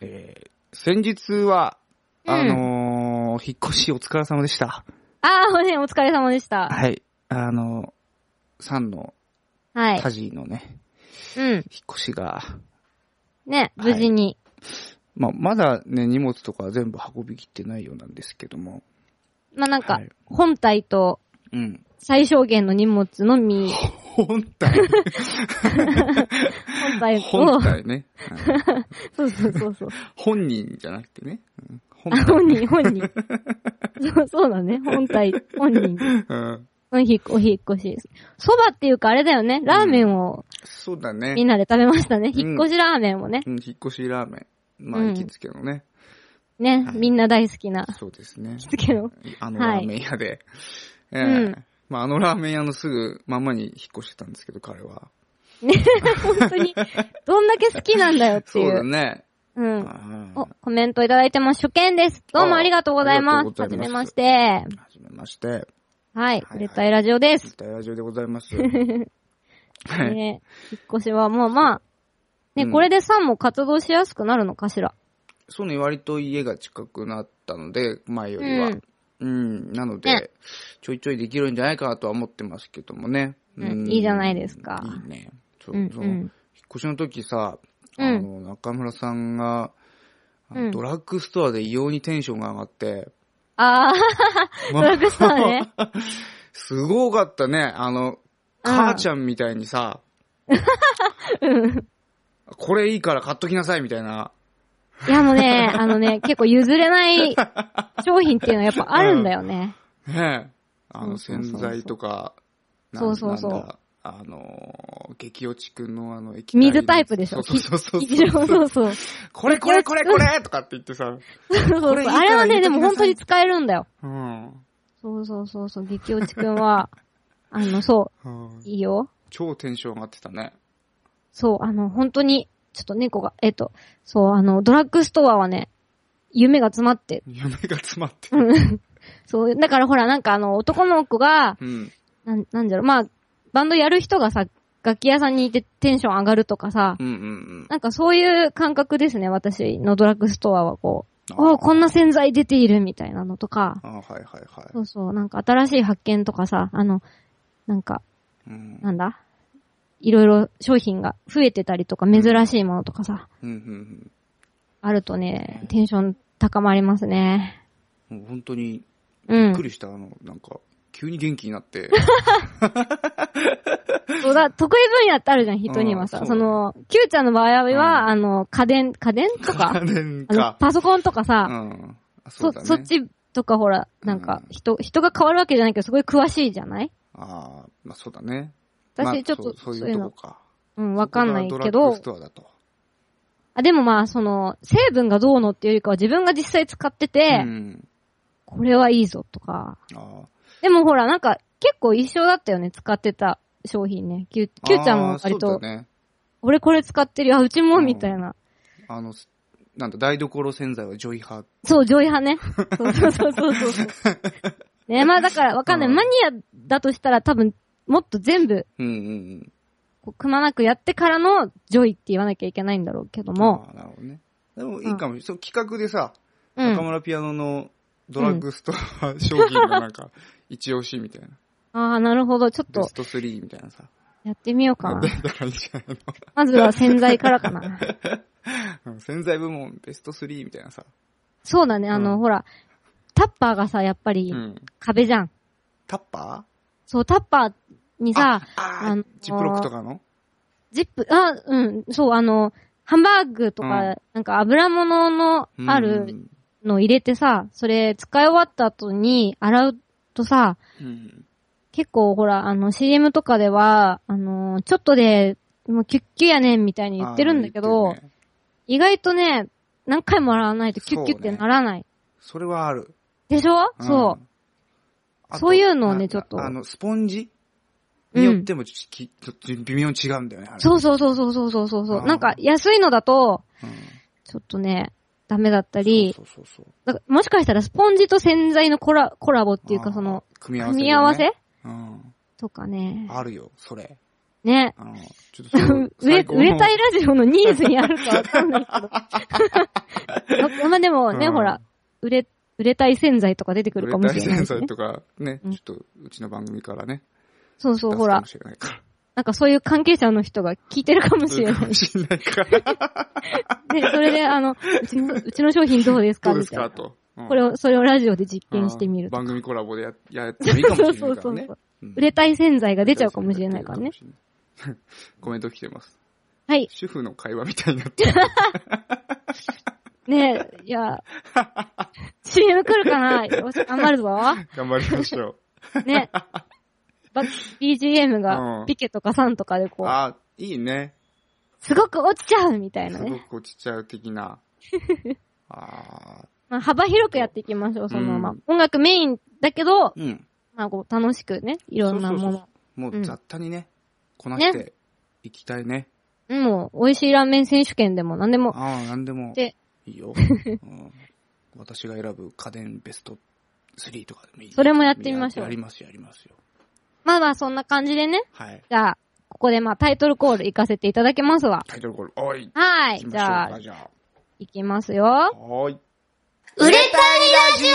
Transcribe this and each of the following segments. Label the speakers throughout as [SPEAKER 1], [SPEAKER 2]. [SPEAKER 1] えー先日は、
[SPEAKER 2] うん
[SPEAKER 1] あのー引っ越しお疲れ様でした。
[SPEAKER 2] ああ、ね、お疲れ様でした。
[SPEAKER 1] はい。あのー、さんの
[SPEAKER 2] はい
[SPEAKER 1] 家。事のね、
[SPEAKER 2] うん。
[SPEAKER 1] 引っ越しが、
[SPEAKER 2] ね、
[SPEAKER 1] はい
[SPEAKER 2] 無事に。
[SPEAKER 1] まあ、まだね、荷物とかは全部運びきってないようなんですけども。
[SPEAKER 2] まあなんか
[SPEAKER 1] はい、
[SPEAKER 2] 本体と
[SPEAKER 1] うん。
[SPEAKER 2] 最小限の荷物のみ、
[SPEAKER 1] 本 体。
[SPEAKER 2] 本体
[SPEAKER 1] 本
[SPEAKER 2] を、
[SPEAKER 1] 体ね。はい
[SPEAKER 2] そうそうそうそう。
[SPEAKER 1] 本人じゃなくてね。うん本
[SPEAKER 2] あ、本人、本 人。そうそうだね。本体、本人。
[SPEAKER 1] うん
[SPEAKER 2] うん、ひっお引っ越し。そばっていうかあれだよね。ラーメンを
[SPEAKER 1] そうだ
[SPEAKER 2] み
[SPEAKER 1] ね
[SPEAKER 2] ん。なで食べましたね。
[SPEAKER 1] うん
[SPEAKER 2] 引っ越しラーメンをね。
[SPEAKER 1] うん、引っ越しラーメン。まあ、
[SPEAKER 2] うん
[SPEAKER 1] 行きつけのね。
[SPEAKER 2] ね
[SPEAKER 1] は、い
[SPEAKER 2] みんな大好きな。
[SPEAKER 1] そうですね。
[SPEAKER 2] ですけど。
[SPEAKER 1] あの
[SPEAKER 2] はい
[SPEAKER 1] ラーメン屋で。ええ
[SPEAKER 2] うん
[SPEAKER 1] まあ、あのラーメン屋のすぐまんまに引っ越してたんですけど、彼は。
[SPEAKER 2] 本当に、どんだけ好きなんだよって
[SPEAKER 1] そ
[SPEAKER 2] いうう。
[SPEAKER 1] だね。
[SPEAKER 2] うん。
[SPEAKER 1] ああ
[SPEAKER 2] お、コメントいただいてます。初見です。どうもありがとうございま
[SPEAKER 1] ああり
[SPEAKER 2] す。
[SPEAKER 1] が
[SPEAKER 2] は
[SPEAKER 1] と
[SPEAKER 2] じ
[SPEAKER 1] うござ
[SPEAKER 2] め
[SPEAKER 1] いま
[SPEAKER 2] ますして。
[SPEAKER 1] はじめまし て。
[SPEAKER 2] はい
[SPEAKER 1] は。い
[SPEAKER 2] 絶対ラジオで
[SPEAKER 1] 一
[SPEAKER 2] す。
[SPEAKER 1] 体ラジオでございます。はい
[SPEAKER 2] ね、引っ越しはもうまあ、ね、
[SPEAKER 1] うん
[SPEAKER 2] これでさんも活動しやすくなるのかしら。
[SPEAKER 1] そうね、割と家が近くなったので、前よりは。
[SPEAKER 2] うん
[SPEAKER 1] うん、なの
[SPEAKER 2] ね
[SPEAKER 1] で、ちょいちょいできるんじゃないかなとは思ってますけどもね。
[SPEAKER 2] うんいいじゃないですか
[SPEAKER 1] いいね。そう
[SPEAKER 2] う
[SPEAKER 1] そ
[SPEAKER 2] ん
[SPEAKER 1] う
[SPEAKER 2] う
[SPEAKER 1] 引っ
[SPEAKER 2] ん。
[SPEAKER 1] 越しの時さ、
[SPEAKER 2] うん
[SPEAKER 1] あの、中村さんが、あの
[SPEAKER 2] うん
[SPEAKER 1] ドラッグストアで異様にテンションが上がって、
[SPEAKER 2] あ
[SPEAKER 1] ま
[SPEAKER 2] ドラッグストアね。
[SPEAKER 1] すごかったね。あの、母ちゃんみたいに さ、これいいから買っときなさいみたいな。
[SPEAKER 2] あ、いやもうね、あのね、結構譲 れない商品っていうのはやっぱあるんだよね。
[SPEAKER 1] ねえ。あの、
[SPEAKER 2] そうそ
[SPEAKER 1] 洗
[SPEAKER 2] うそうそう
[SPEAKER 1] 剤とか、なん
[SPEAKER 2] そうそうそう
[SPEAKER 1] なんだあの、激落ちくんのあの、液体
[SPEAKER 2] 水タイプでしょ。
[SPEAKER 1] そうそうそう
[SPEAKER 2] きそう
[SPEAKER 1] そう。
[SPEAKER 2] そうそう。
[SPEAKER 1] これこれこれこれとかって言って さ。
[SPEAKER 2] そうそう
[SPEAKER 1] これいいから
[SPEAKER 2] あれは
[SPEAKER 1] 入れ
[SPEAKER 2] ね、
[SPEAKER 1] て
[SPEAKER 2] で
[SPEAKER 1] ください
[SPEAKER 2] も本当に使えるんだよ。
[SPEAKER 1] うん。
[SPEAKER 2] そうそうそうそう、激落ちくんは、あの、そ
[SPEAKER 1] うん
[SPEAKER 2] う、いいよ。
[SPEAKER 1] 超テンション上がってたね。
[SPEAKER 2] そう、あの、本当に、ちょっと猫が、えっと、そう、あの、ドラッグストアはね、夢が詰まって、
[SPEAKER 1] 夢が詰まって
[SPEAKER 2] う。んそう、だからほら、なんかあの、男の子が、
[SPEAKER 1] うん。
[SPEAKER 2] なん、なんだろう、まあ、バンドやる人がさ、楽器屋さんにいてテンション上がるとかさ、
[SPEAKER 1] うんうん
[SPEAKER 2] なんかそういう感覚ですね、私のドラッグストアはこう、
[SPEAKER 1] うん。
[SPEAKER 2] おーこんな洗剤出ているみたいなのとか、
[SPEAKER 1] あ、はいはいはい。
[SPEAKER 2] そうそう、なんか新しい発見とかさ、あの、なんか、
[SPEAKER 1] うん。
[SPEAKER 2] なんだいろいろ商品が増えてたりとか、珍しいものとかさ、
[SPEAKER 1] うんうん
[SPEAKER 2] あるとね、テンション高まりますね。
[SPEAKER 1] うん。もう本当に、
[SPEAKER 2] う
[SPEAKER 1] びっく
[SPEAKER 2] ん。
[SPEAKER 1] りした。あの、なんか、急に元気になって。
[SPEAKER 2] そうだ、得意分野ってあるじゃん、人には
[SPEAKER 1] う
[SPEAKER 2] さ。
[SPEAKER 1] ん
[SPEAKER 2] その、キューちゃんの場合は、
[SPEAKER 1] うん
[SPEAKER 2] あの、家電、家電 と
[SPEAKER 1] 家
[SPEAKER 2] か、
[SPEAKER 1] 電
[SPEAKER 2] あの
[SPEAKER 1] か。
[SPEAKER 2] パソコンとか
[SPEAKER 1] う
[SPEAKER 2] さ、
[SPEAKER 1] ん。あそ
[SPEAKER 2] そう
[SPEAKER 1] だね。
[SPEAKER 2] そっ。ちとかほら、なんか、人、人が変わるわけじゃないけど、すごい詳しいじゃない
[SPEAKER 1] ああ、まあそうだね。まあ
[SPEAKER 2] 私、ちょっと、
[SPEAKER 1] そ
[SPEAKER 2] そうう
[SPEAKER 1] そ
[SPEAKER 2] いう
[SPEAKER 1] いうと
[SPEAKER 2] う
[SPEAKER 1] こ
[SPEAKER 2] の、
[SPEAKER 1] か。
[SPEAKER 2] うん、わかんないけ
[SPEAKER 1] そこがドラッグ
[SPEAKER 2] ど
[SPEAKER 1] ス、トアだと。
[SPEAKER 2] あ、でもまあ、その、成分がどうのっていうよりかは自分が実際使ってて
[SPEAKER 1] う、ん。
[SPEAKER 2] これはいいぞとか。
[SPEAKER 1] あ
[SPEAKER 2] でもほら、なんか、結構一緒だったよね、使ってた商品ね。キュ
[SPEAKER 1] あ
[SPEAKER 2] キューちゃんも割
[SPEAKER 1] ああそ
[SPEAKER 2] と
[SPEAKER 1] う、だね。
[SPEAKER 2] 俺これ使ってるよ、あうち
[SPEAKER 1] う
[SPEAKER 2] も、
[SPEAKER 1] ん
[SPEAKER 2] みたいな。
[SPEAKER 1] あの、すなんだ、台所洗剤はジョイ派。
[SPEAKER 2] そう、ジョイ派 ね。そうそうそうそうそうそう。ね、まあだから、わかんない。
[SPEAKER 1] うん
[SPEAKER 2] マニアだとしたら多分、もっと全部、
[SPEAKER 1] うんうんうん。
[SPEAKER 2] こうくまなくやってからのジョイって言わなきゃいけないんだろうけども。
[SPEAKER 1] ああ、なるほどね。でもいいかもしれない。そう、企画でさ、
[SPEAKER 2] う
[SPEAKER 1] 中
[SPEAKER 2] ん。
[SPEAKER 1] 村ピアノのドラッグストア商品のなんか、一押しみたいな。
[SPEAKER 2] ああ、なるほど。ちょっ
[SPEAKER 1] ベ
[SPEAKER 2] と
[SPEAKER 1] ス、ト3みたいなさ。
[SPEAKER 2] やってみようかな
[SPEAKER 1] 出。たらいいんじゃない
[SPEAKER 2] まずは洗剤からかな。
[SPEAKER 1] のうん洗剤部門ベスト3みたいなさ。
[SPEAKER 2] そうだね、あの、
[SPEAKER 1] うん
[SPEAKER 2] ほら、タッパーがさ、やっぱ
[SPEAKER 1] う
[SPEAKER 2] り、
[SPEAKER 1] ん。
[SPEAKER 2] 壁じゃん。
[SPEAKER 1] タッパ
[SPEAKER 2] そう、タッパーに
[SPEAKER 1] ー
[SPEAKER 2] さ、
[SPEAKER 1] あ
[SPEAKER 2] あ
[SPEAKER 1] あ
[SPEAKER 2] のー、
[SPEAKER 1] ジップロックとかの
[SPEAKER 2] ジップ、あ、うん、そう、あの、ハンバーグとか、
[SPEAKER 1] うん
[SPEAKER 2] なんか油物の
[SPEAKER 1] うん
[SPEAKER 2] あるの入れてさ、それ使い終わった後に洗うとさ、
[SPEAKER 1] うん。
[SPEAKER 2] 結構ほら、あの CM とかでは、あの、ちょっとで、もうキュッキュやねんみたいに言ってるんだけ
[SPEAKER 1] あ
[SPEAKER 2] ど
[SPEAKER 1] ー言っ、てるね
[SPEAKER 2] 意外とね、何回も洗わないとキュッキュってならない。
[SPEAKER 1] それはある。
[SPEAKER 2] でしょ、そうう。
[SPEAKER 1] ん。あと
[SPEAKER 2] そういうのをね
[SPEAKER 1] な
[SPEAKER 2] ちょっと
[SPEAKER 1] あの、スポンジ
[SPEAKER 2] うん
[SPEAKER 1] によってもち、きちょっと微妙に違うんだよね、あれ。
[SPEAKER 2] そうそうそうそうそうそうそう
[SPEAKER 1] う
[SPEAKER 2] そ
[SPEAKER 1] ん
[SPEAKER 2] う。なんか安いのだと、
[SPEAKER 1] うん。
[SPEAKER 2] ちょっとね、ダメだったり、
[SPEAKER 1] そうそうそう。
[SPEAKER 2] だからもしかしたらスポンジと洗剤のコラコラボっていう
[SPEAKER 1] あ
[SPEAKER 2] か
[SPEAKER 1] ー
[SPEAKER 2] その、、
[SPEAKER 1] 組み合わせ、
[SPEAKER 2] 組み合わせ
[SPEAKER 1] うん。
[SPEAKER 2] とかね。
[SPEAKER 1] あるよ、それ。
[SPEAKER 2] ね。
[SPEAKER 1] あの、ちょっとそれ
[SPEAKER 2] 植え、植えたいラジオのニーズにあるかわかんないけど。もね、
[SPEAKER 1] うん
[SPEAKER 2] ほら、売れ、売れたい洗剤とか出てく
[SPEAKER 1] 売
[SPEAKER 2] る
[SPEAKER 1] れ
[SPEAKER 2] かもしれない、
[SPEAKER 1] た
[SPEAKER 2] ね。
[SPEAKER 1] い洗剤とかね、
[SPEAKER 2] うん
[SPEAKER 1] ちょっとうちの番組からね、
[SPEAKER 2] そうそう、
[SPEAKER 1] 出す
[SPEAKER 2] ほ
[SPEAKER 1] からも、しれないから。
[SPEAKER 2] なんかそういう関係者の人が聞いてるかもし
[SPEAKER 1] 出る
[SPEAKER 2] れな
[SPEAKER 1] か
[SPEAKER 2] い。
[SPEAKER 1] もしれないから。
[SPEAKER 2] で、それで、あの、うちの、うちの商品どうです
[SPEAKER 1] ど
[SPEAKER 2] か
[SPEAKER 1] うで
[SPEAKER 2] み
[SPEAKER 1] す
[SPEAKER 2] たいな
[SPEAKER 1] か。と。うん
[SPEAKER 2] これを、それをラジオで実験してみ
[SPEAKER 1] あ
[SPEAKER 2] る
[SPEAKER 1] ー
[SPEAKER 2] と。
[SPEAKER 1] 番組コラボでややってもいいかもしれないからね。うん
[SPEAKER 2] 売れたい洗剤が出ちゃうかもしれないからね。。
[SPEAKER 1] コメント来てます。
[SPEAKER 2] はい。
[SPEAKER 1] 主婦の会話みたいにな ってる。
[SPEAKER 2] ねえ、い や、CM 来るかなよし、頑張るぞ。
[SPEAKER 1] 頑張りましょ う。
[SPEAKER 2] ね。ば BGM
[SPEAKER 1] う
[SPEAKER 2] が
[SPEAKER 1] ん、
[SPEAKER 2] ピケとかサンとかでこう、
[SPEAKER 1] あ、いいね。
[SPEAKER 2] すごく落ちちゃうみたいな
[SPEAKER 1] すご
[SPEAKER 2] ね。
[SPEAKER 1] く落ちちゃう的 な。ああ、
[SPEAKER 2] まあ、幅広くやっていきましょう、そのま
[SPEAKER 1] う
[SPEAKER 2] ま。音楽メインだけど、
[SPEAKER 1] うん。
[SPEAKER 2] まあ、こう、楽しくね、いろんな
[SPEAKER 1] そうそ
[SPEAKER 2] も
[SPEAKER 1] うそ
[SPEAKER 2] の。
[SPEAKER 1] も
[SPEAKER 2] う
[SPEAKER 1] うん雑多にね、こなしていきたいね。
[SPEAKER 2] うんもう、美味しいラーメン選手権でも何でも。
[SPEAKER 1] ああ、なんでも
[SPEAKER 2] で、
[SPEAKER 1] いい よ。うん私が選ぶ家電ベスト3とかでもいいよ
[SPEAKER 2] それもやってみましょう
[SPEAKER 1] やりますよ、やりますよ。
[SPEAKER 2] まあまあ、そんな感じでね。
[SPEAKER 1] はい。
[SPEAKER 2] じゃあ、ここでまあ、タイトルコール行かせていただけますわ。
[SPEAKER 1] タイトルコール、おい。
[SPEAKER 2] は
[SPEAKER 1] 行
[SPEAKER 2] い。
[SPEAKER 1] きま
[SPEAKER 2] じ
[SPEAKER 1] しょう
[SPEAKER 2] ゃ
[SPEAKER 1] か
[SPEAKER 2] あ、
[SPEAKER 1] じゃ
[SPEAKER 2] 行きます
[SPEAKER 1] あ。
[SPEAKER 2] よ。
[SPEAKER 1] はーい。
[SPEAKER 2] 売れ
[SPEAKER 1] ラジ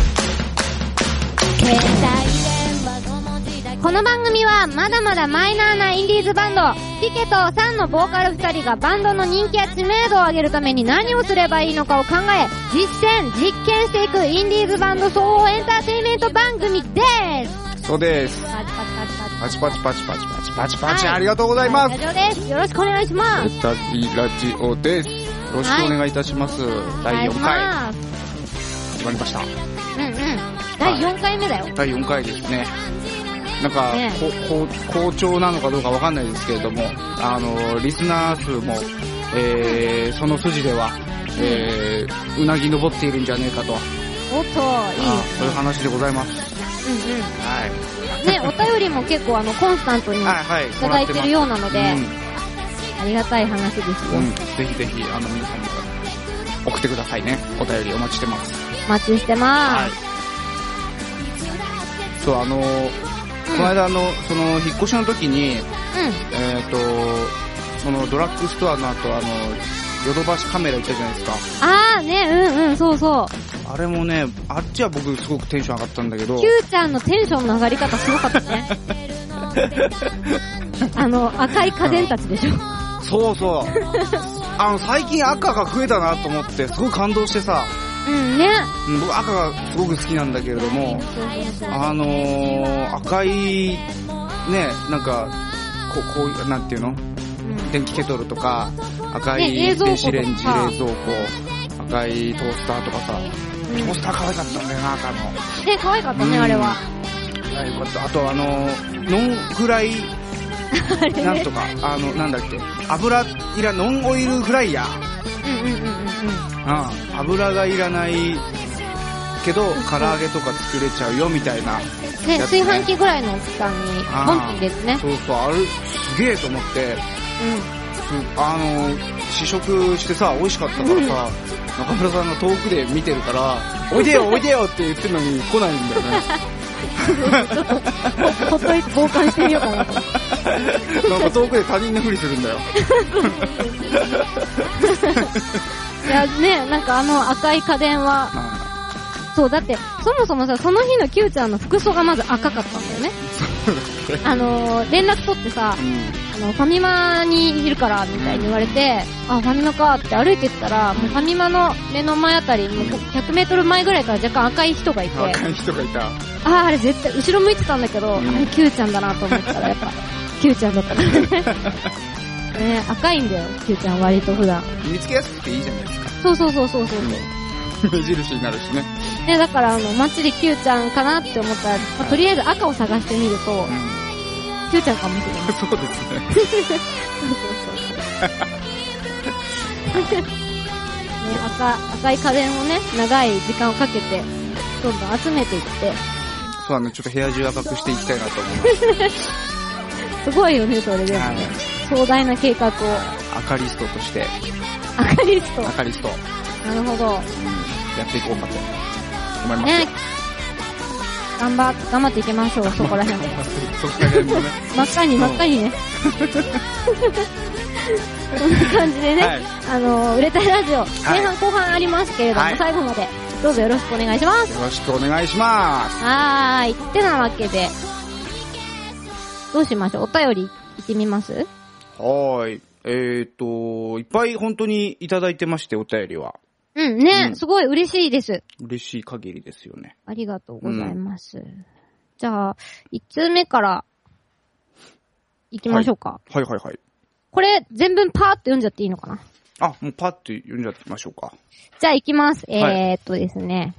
[SPEAKER 3] 携帯電話5文字だけ
[SPEAKER 2] この番組はまだまだマイナーなインディーズバンド、ピケとサンのボーカル2人がバンドの人気や知名度を上げるために何をすればいいのかを考え、実践、実験していくインディーズバンド総合エンターテインメント番組です
[SPEAKER 1] そうです。
[SPEAKER 2] パチパチパチパ
[SPEAKER 1] パ
[SPEAKER 2] チ
[SPEAKER 1] チパチパチパチパチパチパチ、
[SPEAKER 2] はい
[SPEAKER 1] ありがとうございます。
[SPEAKER 2] ラジオですよろしくお願いしま
[SPEAKER 1] レ
[SPEAKER 2] す
[SPEAKER 1] タリラジオです。よろしくお願いいたします。第4回、
[SPEAKER 2] お願いします
[SPEAKER 1] 決まりました。
[SPEAKER 2] うんうん。第4回目だよ。
[SPEAKER 1] 第4回ですね。なんか、
[SPEAKER 2] ね
[SPEAKER 1] ここう好調なのかどうかわかんないですけれども、あの、リスナー数も、えー、その筋では、えー、うなぎ登っているんじゃねえかと、
[SPEAKER 2] おっと、いい
[SPEAKER 1] あそういう話でございます。
[SPEAKER 2] うんう
[SPEAKER 1] は
[SPEAKER 2] ん。
[SPEAKER 1] い。
[SPEAKER 2] ね、お便りも結構あの、コンスタントにい
[SPEAKER 1] はい、はい。
[SPEAKER 2] ただいてるようなので、
[SPEAKER 1] うん
[SPEAKER 2] ありがたい話ですよ。
[SPEAKER 1] うん、ぜひぜひ、あの、皆さんも送ってくださいね。お便りお待ちしてます。
[SPEAKER 2] お待ちしてま
[SPEAKER 1] はい
[SPEAKER 2] す。。
[SPEAKER 1] そう、あのー、この間、あの、その、引っ越しの時に、えっ、と、その、ドラッグストアの後、あの、ヨドバシカメラ行ったじゃないです
[SPEAKER 2] うん。あーね、うんうん、そうそう。
[SPEAKER 1] か。あれもね、あっちは僕すごくテンション上がったんだけど、
[SPEAKER 2] キューちゃんのテンションの上がり方すごかった ね。あの、赤い家電たちでしょ。
[SPEAKER 1] そう そう。あの、最近赤が増えたなと思って、すごい感動してさ、
[SPEAKER 2] うんね。
[SPEAKER 1] うん僕赤がすごく好きなんだけれども、あのー、赤い、ね、なんか、こう、こういう、なんていうの
[SPEAKER 2] うん
[SPEAKER 1] 電気ケトルとか、赤い
[SPEAKER 2] ね冷
[SPEAKER 1] 電
[SPEAKER 2] 蔵庫とか
[SPEAKER 1] 子レンジ、冷蔵庫、赤いトースターとかさ、トースター可愛かったんだよな、赤の。
[SPEAKER 2] ね、可愛かったね、あれは。
[SPEAKER 1] あよかった。あと、あの、ノンフライ、なんとか、あの、なんだっけ、油いら、ノンオイルフライヤー。
[SPEAKER 2] うんうんうんうん
[SPEAKER 1] う
[SPEAKER 2] うん。
[SPEAKER 1] ん。油がいらないけど、唐揚げとか作れちゃうよ、みたいな。
[SPEAKER 2] ね、
[SPEAKER 1] やつ
[SPEAKER 2] 炊
[SPEAKER 1] ね
[SPEAKER 2] 飯器ぐらいの大きさに、
[SPEAKER 1] あー
[SPEAKER 2] ボンって入れてね。
[SPEAKER 1] そうそう、あれ、すげえと思って、うんあの、試食してさ、美味しかったからさ、中村さんが遠くで見てるから、おいでよ、おいでよって言ってるのに来ないんだよね。
[SPEAKER 2] うん。ほっといて、傍観してみようかなと思って。
[SPEAKER 1] なんか遠くで他人のふりするんだよ。
[SPEAKER 2] いや、ね、なんかあの赤い家電は、
[SPEAKER 1] あ
[SPEAKER 2] そう、だって、そもそもさ、その日のキューちゃんの服装がまず赤かったんだよね。あのー、連絡取ってさ
[SPEAKER 1] ー、うん
[SPEAKER 2] あの、ファミマにいるから、みたいに言われて、あ、ファミマかって歩いてったら、もうファミマの目の前あたり、もう100メートル前ぐらいから若干赤い人がいて、
[SPEAKER 1] 若い人がいた。
[SPEAKER 2] あー、あれ絶対、後ろ向いてたんだけど、あ
[SPEAKER 1] うん
[SPEAKER 2] れ、キューちゃんだなと思ったら、やっぱ、 キューちゃんだったからね。ね赤いんだよ、キューちゃん割と普段。
[SPEAKER 1] 見つけやすくていいじゃないですか。
[SPEAKER 2] そうそうそうそうそう。
[SPEAKER 1] 目印になるしね。
[SPEAKER 2] ね、だからあの、街でキューちゃんかなって思ったら、まあとりあえず赤を探してみると、
[SPEAKER 1] うん。
[SPEAKER 2] キューちゃんかもしれ ない。
[SPEAKER 1] そうですね。
[SPEAKER 2] ね、赤、赤い家電をね、長い時間をかけて、どんどん集めていって、
[SPEAKER 1] そうあの、ちょっと部屋中赤くしていきたいなと思い
[SPEAKER 2] すごいよね、それでも
[SPEAKER 1] ま
[SPEAKER 2] ね。
[SPEAKER 1] す。
[SPEAKER 2] 壮大な計画を、
[SPEAKER 1] 赤リストとして、
[SPEAKER 2] 赤 リスト。
[SPEAKER 1] 赤リスト、うん
[SPEAKER 2] なるほど。
[SPEAKER 1] やっていこうかと思いますよ
[SPEAKER 2] ね。頑張っ、頑張っていきましょう、そこら辺で。
[SPEAKER 1] そこら辺もね。
[SPEAKER 2] 真っ赤に
[SPEAKER 1] うん
[SPEAKER 2] 真っ赤にね。こんな感じでね、
[SPEAKER 1] はい
[SPEAKER 2] あの、売れたいラジオ、前半後半ありますけれども、
[SPEAKER 1] はい
[SPEAKER 2] 最後までどうぞよろしくお願いします。
[SPEAKER 1] よろしくお願いします。
[SPEAKER 2] はーい。ってなわけで、どうしましょうお便り行ってみます
[SPEAKER 1] はーい。えっ、と、いっぱい本当にいただいてまして、お便りは。
[SPEAKER 2] うん、ね、
[SPEAKER 1] うん
[SPEAKER 2] すごい嬉しいです。
[SPEAKER 1] 嬉しい限りですよね。
[SPEAKER 2] ありがとうございます。じゃあ、1通目から、行きましょうか。
[SPEAKER 1] はいはいはい。
[SPEAKER 2] これ、全文パーっと読んじゃっていいのかな
[SPEAKER 1] あ、もうパッと読んじゃってみましょうか。
[SPEAKER 2] じゃあ行きます。
[SPEAKER 1] はい
[SPEAKER 2] えー、っとですね。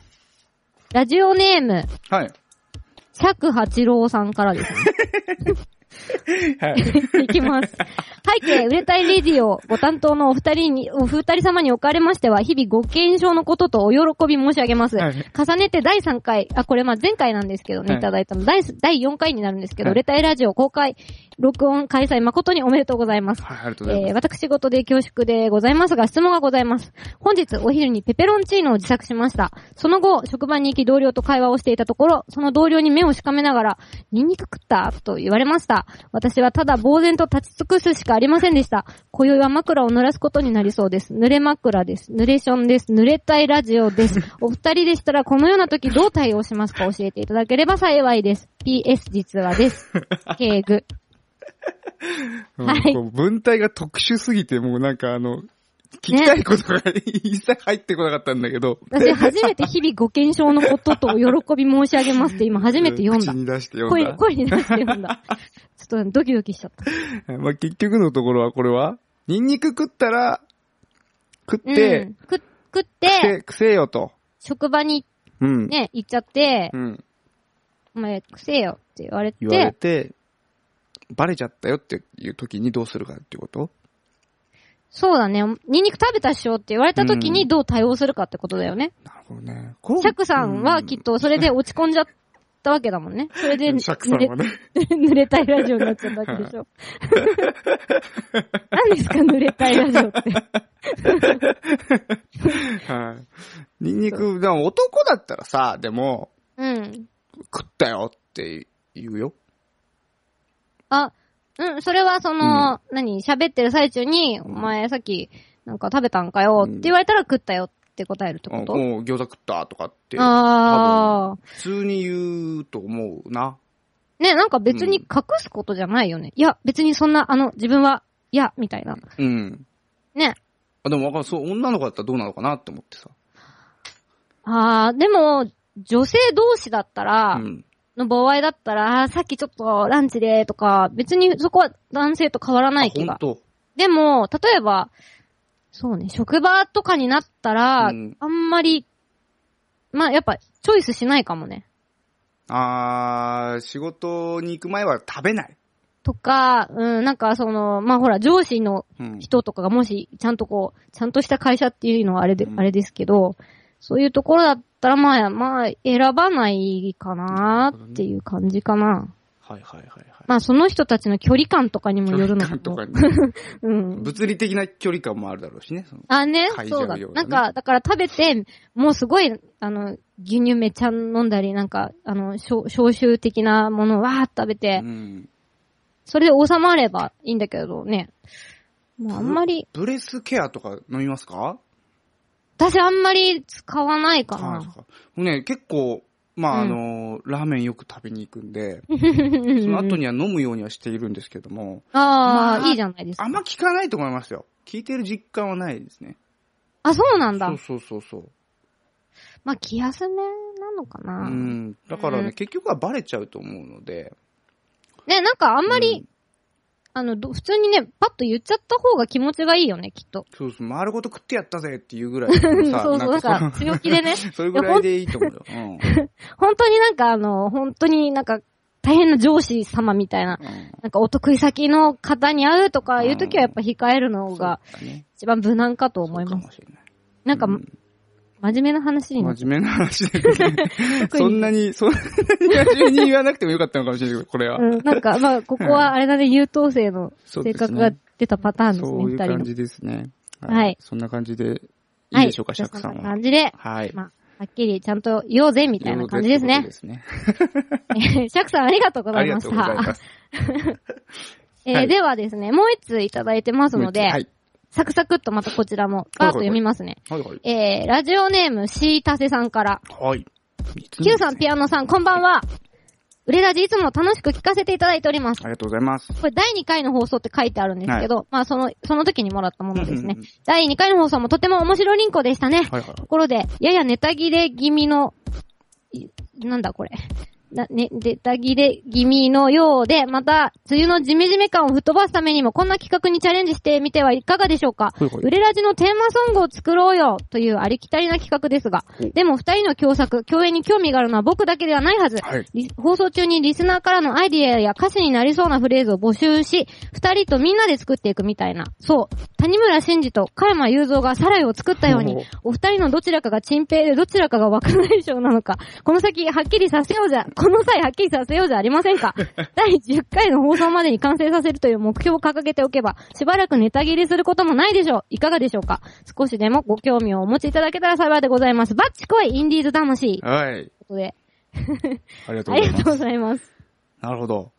[SPEAKER 2] ラジオネーム、
[SPEAKER 1] はい。
[SPEAKER 2] 釈八郎さんからですね。
[SPEAKER 1] はい。
[SPEAKER 2] いきます。背景、売れたいレディオ、ご担当のお二人に、お二人様におかれましては、日々ご健勝のこととお喜び申し上げます。
[SPEAKER 1] はい
[SPEAKER 2] 重ねて第3回、あ、これまあ前回なんですけどね、
[SPEAKER 1] はい
[SPEAKER 2] い、ただいたの、第す、第4回になるんですけど、
[SPEAKER 1] はい
[SPEAKER 2] 売れたいラジオ公開、録音開催誠におめでとうございます。
[SPEAKER 1] はい、ありがとうございま
[SPEAKER 2] えー、私事で恐縮でございますが、質問がございます。本日お昼にペペロンチーノを自作しました。その後、職場に行き同僚と会話をしていたところ、その同僚に目をしかめながら、ニンニク食ったと言われました。私はただ呆然と立ち尽くすしかありませんでした。今宵は枕を濡らすことになりそうです。濡れ枕です。濡れションです。濡れたいラジオです。 お二人でしたらこのような時どう対応しますか教えていただければ幸いです。PS 実はです。 敬具。
[SPEAKER 1] す。
[SPEAKER 2] はい
[SPEAKER 1] うんこう文体が特殊すぎて、もうなんかあの、聞きたいことが一切入ってこなかったんだけど。
[SPEAKER 2] 私初めて日々ご健勝のこととお喜び申し上げますって今初めて読んだ
[SPEAKER 1] 口。に出して読ん
[SPEAKER 2] 声、
[SPEAKER 1] だ。
[SPEAKER 2] 声に出して読ん だ。ちょっとドキドキしちゃった。
[SPEAKER 1] まあ、結局のところは、これは、ニンニク食ったら、食っ
[SPEAKER 2] うん。
[SPEAKER 1] て、
[SPEAKER 2] 食っ
[SPEAKER 1] く
[SPEAKER 2] 食って、
[SPEAKER 1] せ、くせよと。
[SPEAKER 2] 職場に
[SPEAKER 1] うん。
[SPEAKER 2] ね、行っちゃって
[SPEAKER 1] う、ん。
[SPEAKER 2] お前、くせえよって言われて、
[SPEAKER 1] 言われて、バレちゃったよっていう時にどうするかっていうこと
[SPEAKER 2] そうだね、ニンニク食べたっしょって言われた時
[SPEAKER 1] う
[SPEAKER 2] に
[SPEAKER 1] ん
[SPEAKER 2] どう対応するかってことだよね。
[SPEAKER 1] なるほどね。
[SPEAKER 2] シャクさんはきっとそれで落ち込んじゃったわけだもんね。それで、
[SPEAKER 1] シャクさんはね。
[SPEAKER 2] 濡れた いラジオになっちゃったわけでしょ。何ですか、濡れたいラジオって。
[SPEAKER 1] はい。ニンニク、でも男だったらさ、でも、
[SPEAKER 2] うん。
[SPEAKER 1] 食ったよって言うよ。
[SPEAKER 2] あ、うん、それはその、何、喋ってる最中に、お前さっき、なんか食べたんかよって言われたら食ったよって答えるって
[SPEAKER 1] うん
[SPEAKER 2] こと、
[SPEAKER 1] もう餃子食ったとかって、
[SPEAKER 2] あ
[SPEAKER 1] 普通に言うと思うな。
[SPEAKER 2] ー。ね、なんか別に隠すことじゃないよね。いや、別にそんな、あの、自分は、いや、みたいな。
[SPEAKER 1] うん。
[SPEAKER 2] ね。
[SPEAKER 1] あでもわかんない。そう、女の子だったらどうなのかなって思ってさ。
[SPEAKER 2] あー、でも、女性同士だったら、
[SPEAKER 1] うん。
[SPEAKER 2] の場合だったら、あーさっきちょっとランチでとか、別にそこは男性と変わらない気
[SPEAKER 1] あ
[SPEAKER 2] が。
[SPEAKER 1] ほんと
[SPEAKER 2] でも、例えば、そうね、職場とかになったら、
[SPEAKER 1] うん
[SPEAKER 2] あんまり、まあやっぱ、チョイスしないかもね。
[SPEAKER 1] あー、仕事に行く前は食べない。
[SPEAKER 2] とか、うん、なんかその、まあほら、上司の
[SPEAKER 1] うん。
[SPEAKER 2] 人とかがもし、ちゃんとこう、ちゃんとした会社っていうのはあれで、
[SPEAKER 1] うん
[SPEAKER 2] あれですけど、そういうところだったら、まあ、まあ、選ばないかなっていう感じかな。
[SPEAKER 1] はいはいはいはい。
[SPEAKER 2] まあ、その人たちの距離感とかにもよる
[SPEAKER 1] 距
[SPEAKER 2] の
[SPEAKER 1] 離感とかに。
[SPEAKER 2] うん。
[SPEAKER 1] 物理的な距離感もあるだろうしね。その
[SPEAKER 2] あ、ね、
[SPEAKER 1] 会場
[SPEAKER 2] そうだ。
[SPEAKER 1] 用のね
[SPEAKER 2] なんか、だから食べて、もうすごい、あの、牛乳めっちゃ飲んだり、なんか、あの、消消臭的なものをわーっと食べて
[SPEAKER 1] う、ん。
[SPEAKER 2] それで収まればいいんだけどね。もうあんまり、
[SPEAKER 1] ブレスケアとか飲みますか
[SPEAKER 2] 私あんまり使わないか
[SPEAKER 1] はい
[SPEAKER 2] な。
[SPEAKER 1] もうね、結構、まあ、あ
[SPEAKER 2] うん
[SPEAKER 1] の、ラーメンよく食べに行くんで、
[SPEAKER 2] そ
[SPEAKER 1] その後には飲むようにはしているんですけども、
[SPEAKER 2] あ
[SPEAKER 1] ま
[SPEAKER 2] あ、
[SPEAKER 1] あ
[SPEAKER 2] いいじゃないです
[SPEAKER 1] あ
[SPEAKER 2] か
[SPEAKER 1] ん。ま効かないと思いますよ。効いてる実感はないですね。
[SPEAKER 2] あ、そうなんだ
[SPEAKER 1] そう。そうそうそう。
[SPEAKER 2] まあ、気休めなのか
[SPEAKER 1] う
[SPEAKER 2] な。
[SPEAKER 1] ん。だから
[SPEAKER 2] う
[SPEAKER 1] ね、
[SPEAKER 2] ん
[SPEAKER 1] 結局はバレちゃうと思うので。
[SPEAKER 2] ね、なんかあんま
[SPEAKER 1] う
[SPEAKER 2] り
[SPEAKER 1] ん、
[SPEAKER 2] あの、ど普通にね、パッと言っちゃった方が気持ちがいいよね、きっと。
[SPEAKER 1] そうそう、丸ごと食ってやったぜっていうぐらい
[SPEAKER 2] そう
[SPEAKER 1] さ。
[SPEAKER 2] そう、なん
[SPEAKER 1] その
[SPEAKER 2] か強気でね。
[SPEAKER 1] それぐらいでいいと思うよ。うん。
[SPEAKER 2] 本当になんかあの、本当になんか、大変な上司様みたいな、
[SPEAKER 1] うん
[SPEAKER 2] なんかお得意先の方に会うとかいう時はやっぱ控えるのが
[SPEAKER 1] そうだね
[SPEAKER 2] 一番無難かと思い
[SPEAKER 1] そうか
[SPEAKER 2] ます。
[SPEAKER 1] もしれない。
[SPEAKER 2] なんか、
[SPEAKER 1] う
[SPEAKER 2] 真面目な話になっ
[SPEAKER 1] 真面目な話で、 ね、そんなに、そんなに真面目に言わなくてもよかったのかもしれない けど、これは。
[SPEAKER 2] うん、なんか、まあ、ここはあれだね、優等生の
[SPEAKER 1] そうで
[SPEAKER 2] 性
[SPEAKER 1] すね
[SPEAKER 2] 格が出たパターンです
[SPEAKER 1] そ
[SPEAKER 2] ね、
[SPEAKER 1] う
[SPEAKER 2] 二
[SPEAKER 1] いう
[SPEAKER 2] 人
[SPEAKER 1] 感
[SPEAKER 2] の。
[SPEAKER 1] じですね。
[SPEAKER 2] はい
[SPEAKER 1] そんな感じで、い
[SPEAKER 2] はいい。
[SPEAKER 1] でしょうか、シ
[SPEAKER 2] じゃ
[SPEAKER 1] ャ
[SPEAKER 2] あ
[SPEAKER 1] ク
[SPEAKER 2] そん
[SPEAKER 1] さんは。
[SPEAKER 2] な感じで、
[SPEAKER 1] はい。
[SPEAKER 2] まあ、はっきりちゃんと言おうぜ、みたいな感じですね。 えーシャクさんありがとうござ
[SPEAKER 1] あ
[SPEAKER 2] い
[SPEAKER 1] り
[SPEAKER 2] ま
[SPEAKER 1] が
[SPEAKER 2] し
[SPEAKER 1] とうござい
[SPEAKER 2] た
[SPEAKER 1] ま。す。
[SPEAKER 2] えー
[SPEAKER 1] はい
[SPEAKER 2] ではですね、もう一通いただいてますので、
[SPEAKER 1] はい。
[SPEAKER 2] サクサクっとまたこちらも、バーッと読みますね。
[SPEAKER 1] はいはい。
[SPEAKER 2] えー、ラジオネーム、しーたせさんから、
[SPEAKER 1] はい。
[SPEAKER 2] Q さん、ピアノさん、こんばんは。売れラジいつも楽しく聞かせていただいております。
[SPEAKER 1] ありがとうございます。
[SPEAKER 2] これ第2回の放送って書いてあるんですけど、まあその、その時にもらったものですね。第2回の放送もとても面白リンコでしたね。
[SPEAKER 1] はいはい
[SPEAKER 2] ところで、ややネタ切れ気味の、いなんだこれ。な、ね、ネタ切れ気味のようで、また、梅雨のジメジメ感を吹っ飛ばすためにも、こんな企画にチャレンジしてみてはいかがでしょうか。
[SPEAKER 1] はいはい
[SPEAKER 2] 売れラジのテーマソングを作ろうよ、というありきたりな企画ですが、
[SPEAKER 1] い
[SPEAKER 2] でも二人の共作、共演に興味があるのは僕だけではないはず。
[SPEAKER 1] はい
[SPEAKER 2] リ放送中にリスナーからのアイディアや歌詞になりそうなフレーズを募集し、二人とみんなで作っていくみたいな。そう。谷村新司と加山雄三がサライを作ったように、お二人のどちらかが陳平でどちらかが若内障なのか、この先はっきりさせようじゃ、この際はっきりさせようじゃありません か。第10回の放送までに完成させるという目標を掲げておけば、しばらくネタ切れすることもないでしょう。いかがでしょうか少しでもご興味をお持ちいただけたら幸いでございます。バッチコイインディーズ魂という
[SPEAKER 1] はい。
[SPEAKER 2] ことで、
[SPEAKER 1] ありがとう
[SPEAKER 2] あ
[SPEAKER 1] ござ
[SPEAKER 2] り
[SPEAKER 1] いま
[SPEAKER 2] がとうご
[SPEAKER 1] す。
[SPEAKER 2] ざいます。
[SPEAKER 1] なるほど。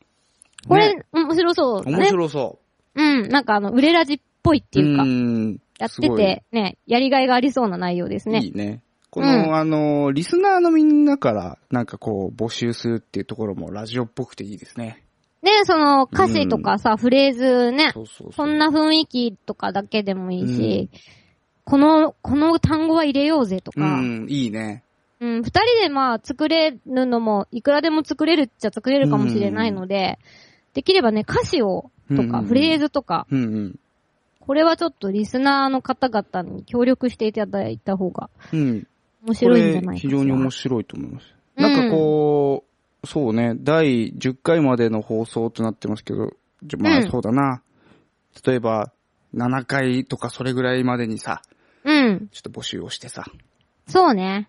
[SPEAKER 2] これ、
[SPEAKER 1] ね
[SPEAKER 2] 面白そうだね。
[SPEAKER 1] 面白そ
[SPEAKER 2] うん、なんかあの、売れラジっぽいっ
[SPEAKER 1] う。
[SPEAKER 2] ていうか、
[SPEAKER 1] ん
[SPEAKER 2] やってて、ね、やりがいがありそうな内容ですね。
[SPEAKER 1] いいね。こ
[SPEAKER 2] う
[SPEAKER 1] の、
[SPEAKER 2] ん
[SPEAKER 1] あの、リスナーのみんなから、なんかこう、募集するっていうところもラジオっぽくていいですね。
[SPEAKER 2] ね、その、歌詞とかさ、フレーズね、
[SPEAKER 1] そうそうそう。
[SPEAKER 2] そんな雰囲気とかだけでもいいし、この、この単語は入れようぜと
[SPEAKER 1] う
[SPEAKER 2] か、
[SPEAKER 1] ん、いいね。
[SPEAKER 2] うん、二人でまあ作れるのも、いくらでも作れるっちゃ作れるかもしれないので、できればね、歌詞を、とか、
[SPEAKER 1] うん
[SPEAKER 2] フレーズとか、
[SPEAKER 1] うんうん。
[SPEAKER 2] これはちょっとリスナーの方々に協力していただいた方が
[SPEAKER 1] うん。
[SPEAKER 2] 面
[SPEAKER 1] こ
[SPEAKER 2] 白いんじ
[SPEAKER 1] れ
[SPEAKER 2] ゃないか、
[SPEAKER 1] 非常に面白いと思います。なんかこう、そうね、第10回までの放送となってますけど、じゃま
[SPEAKER 2] うん
[SPEAKER 1] あそうだな。例えば、7回とかそれぐらいまでにさ、
[SPEAKER 2] うん。
[SPEAKER 1] ちょっと募集をしてさ、
[SPEAKER 2] そうね。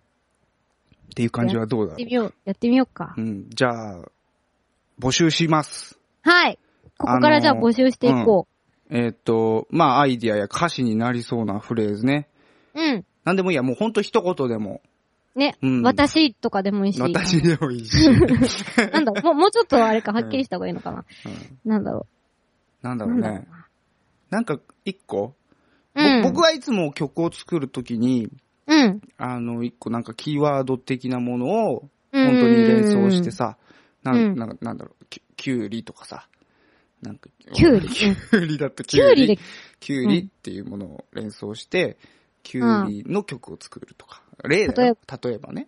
[SPEAKER 1] っていう感じはどうだ
[SPEAKER 2] や
[SPEAKER 1] ろ
[SPEAKER 2] って
[SPEAKER 1] う
[SPEAKER 2] みよう。やってみようか
[SPEAKER 1] う。ん、じゃあ、募集します。
[SPEAKER 2] はい。ここからじゃあ募集していこ
[SPEAKER 1] えーっと、まあ、アイディアや歌詞になりそうなフレーズね。
[SPEAKER 2] う。うん。
[SPEAKER 1] なんでもいいや、もうほんと一言でも。
[SPEAKER 2] ね、
[SPEAKER 1] うん
[SPEAKER 2] 私とかでもいいし。
[SPEAKER 1] 私でもいいし。うん
[SPEAKER 2] なんだろう、もう、もうちょっとあれか、はっきりした方がいいのかな。なんだろ
[SPEAKER 1] なんだ
[SPEAKER 2] う。
[SPEAKER 1] ろう
[SPEAKER 2] な
[SPEAKER 1] ん
[SPEAKER 2] だろ
[SPEAKER 1] ね。なんか、一個、
[SPEAKER 2] うな。
[SPEAKER 1] ぼ僕はいつも曲を作るときに、
[SPEAKER 2] うん。
[SPEAKER 1] あの、一個なんかキーワード的なものを、
[SPEAKER 2] うん
[SPEAKER 1] 本当に連想してさ、な
[SPEAKER 2] う
[SPEAKER 1] ん、
[SPEAKER 2] ん
[SPEAKER 1] なんかなんだろう、ききゅうりとかさ、なんか、
[SPEAKER 2] きゅうり
[SPEAKER 1] きゅうりだった、
[SPEAKER 2] きゅうりで、
[SPEAKER 1] キュウリっていうものを連想して、キュウリの曲を作るとか。例だよ。例えばね。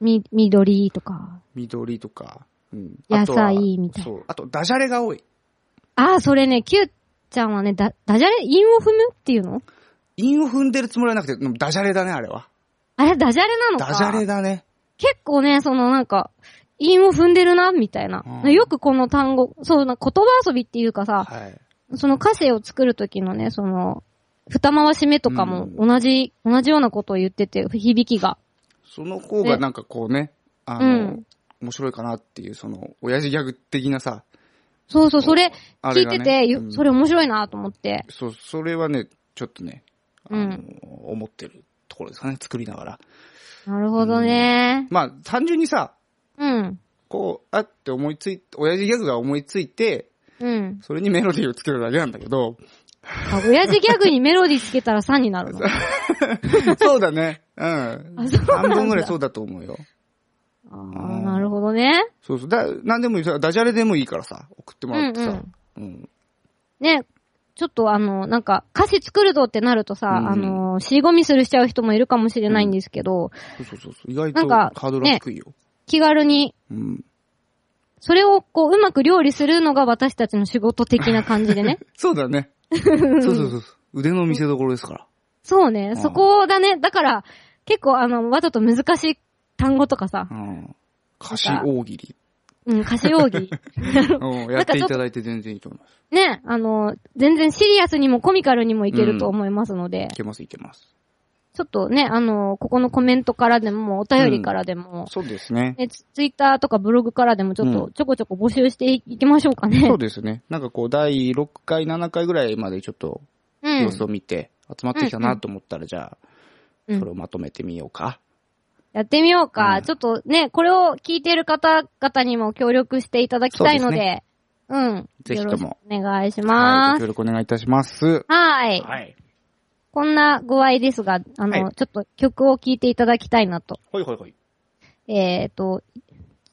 [SPEAKER 2] み、緑とか。
[SPEAKER 1] 緑とか。うん。
[SPEAKER 2] 野菜
[SPEAKER 1] あとは
[SPEAKER 2] みたいな
[SPEAKER 1] そう。あと、ダジャレが多い。
[SPEAKER 2] ああ、それね、きゅうちゃんはね、だ、ダジャレ韻を踏むっていうの
[SPEAKER 1] 韻を踏んでるつもりはなくて、うんダジャレだね、あれは。
[SPEAKER 2] あれ、ダジャレなのか。
[SPEAKER 1] ダジャレだね。
[SPEAKER 2] 結構ね、そのなんか、韻を踏んでるな、みたいな。
[SPEAKER 1] うん
[SPEAKER 2] よくこの単語、そうな、言葉遊びっていうかさ、
[SPEAKER 1] はい。
[SPEAKER 2] その歌詞を作るときのね、その、二回し目とかも
[SPEAKER 1] う
[SPEAKER 2] 同じ、同じようなことを言ってて、響きが。
[SPEAKER 1] その方がなんかこうね、あ
[SPEAKER 2] う
[SPEAKER 1] の
[SPEAKER 2] ん、
[SPEAKER 1] 面白いかなっていう、その、親父ギャグ的なさ、
[SPEAKER 2] そうそう、それ、
[SPEAKER 1] あ
[SPEAKER 2] 聞
[SPEAKER 1] れ
[SPEAKER 2] い
[SPEAKER 1] が
[SPEAKER 2] て
[SPEAKER 1] ね
[SPEAKER 2] て、よ
[SPEAKER 1] うん
[SPEAKER 2] それ面白いなと思って。
[SPEAKER 1] そう、それはね、ちょっとね、あ
[SPEAKER 2] う
[SPEAKER 1] の
[SPEAKER 2] ん、
[SPEAKER 1] 思ってるところですかね、作りながら。
[SPEAKER 2] なるほどね。
[SPEAKER 1] まあ、単純にさ、
[SPEAKER 2] うん。
[SPEAKER 1] こう、あって思いつい、親父ギャグが思いついて、
[SPEAKER 2] うん。
[SPEAKER 1] それにメロディーをつけるだけなんだけ ど、
[SPEAKER 2] あ、親父ギャグにメロディーつけたら3に なるの。
[SPEAKER 1] そうだね。うん。半分ぐらいそうだと思うよ。
[SPEAKER 2] ああ、なるほどね。
[SPEAKER 1] そうそう。だ、なんでもいいさ、ダジャレでもいいからさ、送ってもらってさ。うん、
[SPEAKER 2] ね、ちょっとあの、なんか、歌詞作るぞってなるとさ、
[SPEAKER 1] うん
[SPEAKER 2] あの、死ゴミするしちゃう人もいるかもしれないんですけど、
[SPEAKER 1] そうそうそうそう。意外
[SPEAKER 2] なん
[SPEAKER 1] と
[SPEAKER 2] か
[SPEAKER 1] ハードルは低いよ。
[SPEAKER 2] 気軽に、
[SPEAKER 1] うん。
[SPEAKER 2] それをこう、うまく料理するのが私たちの仕事的な感じ でね。
[SPEAKER 1] そうだね。そうそうそうそう。腕の見せ所ですから。
[SPEAKER 2] そうね、
[SPEAKER 1] ん
[SPEAKER 2] そこだね。だから、結構あの、わざと難しい単語とかさ
[SPEAKER 1] う、ん。歌詞大喜利。
[SPEAKER 2] うん、歌 詞奥義。
[SPEAKER 1] うん。やっていただいて全然いいと思います。
[SPEAKER 2] ね、あの、全然シリアスにもコミカルにもいけると思いますので、
[SPEAKER 1] いけますいけます。
[SPEAKER 2] ちょっとね、あの、ここのコメントからでも、お便りからでも、
[SPEAKER 1] そうですね。
[SPEAKER 2] ねツツイッターとかブログからでもちょっ
[SPEAKER 1] う
[SPEAKER 2] とちょこちょこ募集していきましょうかね。
[SPEAKER 1] そうですね。なんかこう、第6回、7回ぐらいまでちょっと
[SPEAKER 2] うん
[SPEAKER 1] 様子を見て、集まってきたなと思ったら、じゃあ、
[SPEAKER 2] うん
[SPEAKER 1] それをまとめてみようか。
[SPEAKER 2] やってみようか。
[SPEAKER 1] うん
[SPEAKER 2] ちょっとね、これを聞いてる方々にも協力していただきたいので、
[SPEAKER 1] そう
[SPEAKER 2] うん。
[SPEAKER 1] ぜひとも
[SPEAKER 2] よろしくお願いし
[SPEAKER 1] はい。
[SPEAKER 2] ま
[SPEAKER 1] ご協
[SPEAKER 2] す。
[SPEAKER 1] 力お願いいたします。
[SPEAKER 2] はい。
[SPEAKER 1] はい。
[SPEAKER 2] こんな具合ですが、あの、
[SPEAKER 1] はい
[SPEAKER 2] ちょっと曲を聴いていただきたいなと。
[SPEAKER 1] ほいほいほい。
[SPEAKER 2] えっ、ー、と、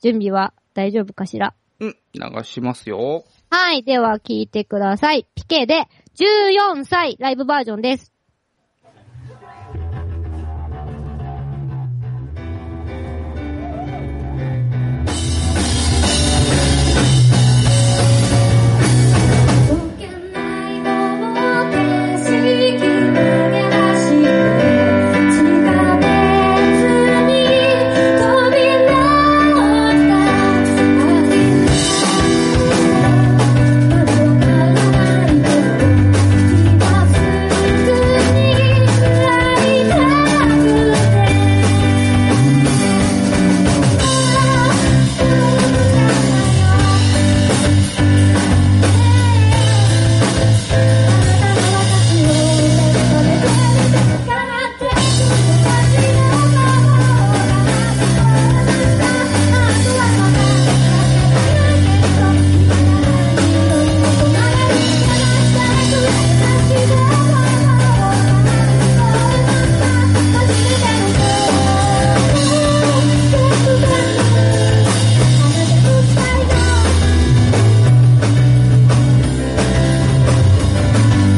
[SPEAKER 2] 準備は大丈夫かしら
[SPEAKER 1] うん。流しますよ。
[SPEAKER 2] はい。では、聞いてください。ピケで、14歳、ライブバージョンです。
[SPEAKER 3] 「けないの景色逃がして」「地下鉄に飛び乗った」「窓からないと気がつくに会いたくて」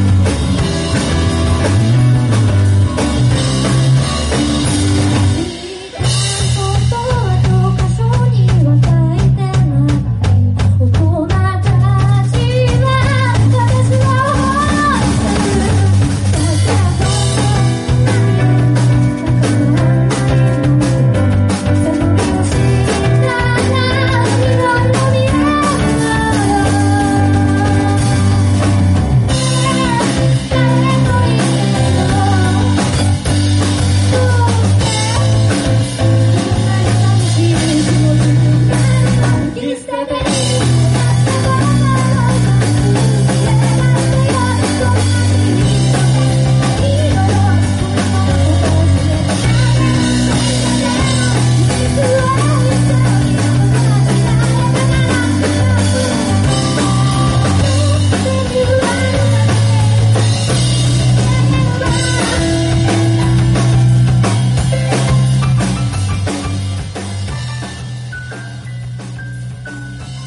[SPEAKER 3] 「音は教科書には書いてない」「大人たちは私の方だから」「それを知ったらいろいろ見える」「誰と言っても」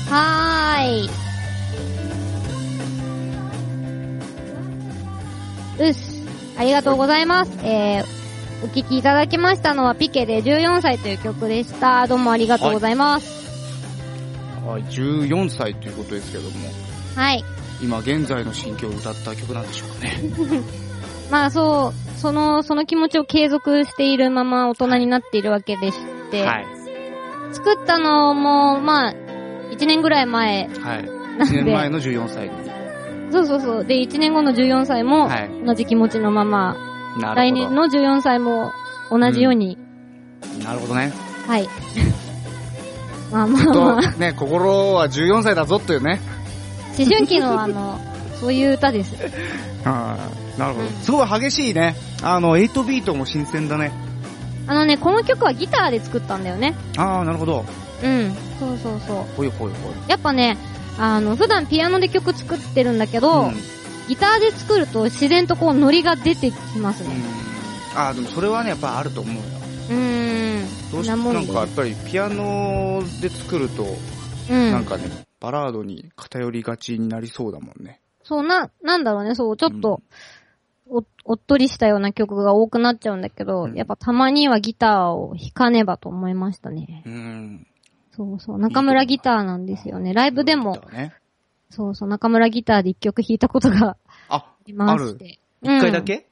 [SPEAKER 2] はーい。うっす。ありがとうございます。えー、お聴きいただきましたのは、ピケで14歳という曲でした。どうもありがとうございます。
[SPEAKER 1] はい。14歳ということですけども、
[SPEAKER 2] はい。
[SPEAKER 1] 今現在の心境を歌った曲なんでしょうかね。
[SPEAKER 2] まあそう、その、その気持ちを継続しているまま大人になっているわけでして、
[SPEAKER 1] はい。
[SPEAKER 2] 作ったのも、まあ、1年ぐらい前、
[SPEAKER 1] はい。
[SPEAKER 2] なん
[SPEAKER 1] 1
[SPEAKER 2] で
[SPEAKER 1] 年前の14歳に。
[SPEAKER 2] そうそうそう、で、1年後の14歳も
[SPEAKER 1] は、い
[SPEAKER 2] 同じ気持ちのまま、
[SPEAKER 1] な
[SPEAKER 2] 来
[SPEAKER 1] るほど。
[SPEAKER 2] 年の14歳も同じように、
[SPEAKER 1] なるほど ね。
[SPEAKER 2] はい。まあまあまあ
[SPEAKER 1] と、、ね、心は14歳だぞっていうね。
[SPEAKER 2] 思春期の あの、そういう歌です。
[SPEAKER 1] ああ、なるほど。すごい激しいね。あの、8ビートも新鮮だね。
[SPEAKER 2] あのね、この曲はギターで作ったんだよね。
[SPEAKER 1] ああ、なるほど。
[SPEAKER 2] うん。そうそうそう。
[SPEAKER 1] ほいほいほい。
[SPEAKER 2] やっぱね、あの、普段ピアノで曲作ってるんだけど、
[SPEAKER 1] ん
[SPEAKER 2] ギターで作ると自然とこうノリが出てきますね。
[SPEAKER 1] ああ、でもそれはね、やっぱあると思うよ。
[SPEAKER 2] うーん。
[SPEAKER 1] どうし
[SPEAKER 2] なもん
[SPEAKER 1] な
[SPEAKER 2] で
[SPEAKER 1] んかやっぱりピアノで作ると、
[SPEAKER 2] うん。
[SPEAKER 1] なんかね、バラードに偏りがちになりそうだもんね。
[SPEAKER 2] そうな、なんだろうね、そう、ちょっと、お、おっとりしたような曲が多くなっちゃうんだけど、
[SPEAKER 1] うん
[SPEAKER 2] やっぱたまにはギターを弾かねばと思いましたね。
[SPEAKER 1] うん。
[SPEAKER 2] そうそう、中村ギターなんですよね。ライブでも、
[SPEAKER 1] ね
[SPEAKER 2] そうそう、中村ギターで一曲弾いたことが
[SPEAKER 1] あ
[SPEAKER 2] あ、りまして。
[SPEAKER 1] 一回だ
[SPEAKER 2] うん
[SPEAKER 1] け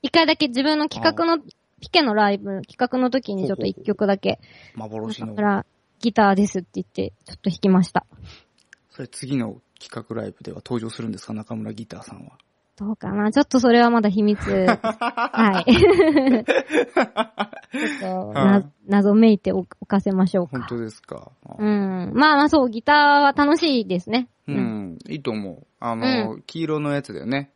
[SPEAKER 2] 一回だけ自分の企画の、ピケのライブ、企画の時にちょっと一曲だけ、
[SPEAKER 1] 幻
[SPEAKER 2] 中
[SPEAKER 1] の。
[SPEAKER 2] 村ギターですって言って、ちょっと弾きました。
[SPEAKER 1] それ次の企画ライブでは登場するんですか中村ギターさんは。
[SPEAKER 2] どうかなちょっとそれはまだ 秘密。はい。ちょっと、
[SPEAKER 1] は、
[SPEAKER 2] ない謎めいておおかせましょう
[SPEAKER 1] 本
[SPEAKER 2] か。
[SPEAKER 1] 当ですか。あ
[SPEAKER 2] うん。まあまあそう、ギターは楽しいですね。
[SPEAKER 1] う。ん、いいと思う。あの、黄色のやつだよね。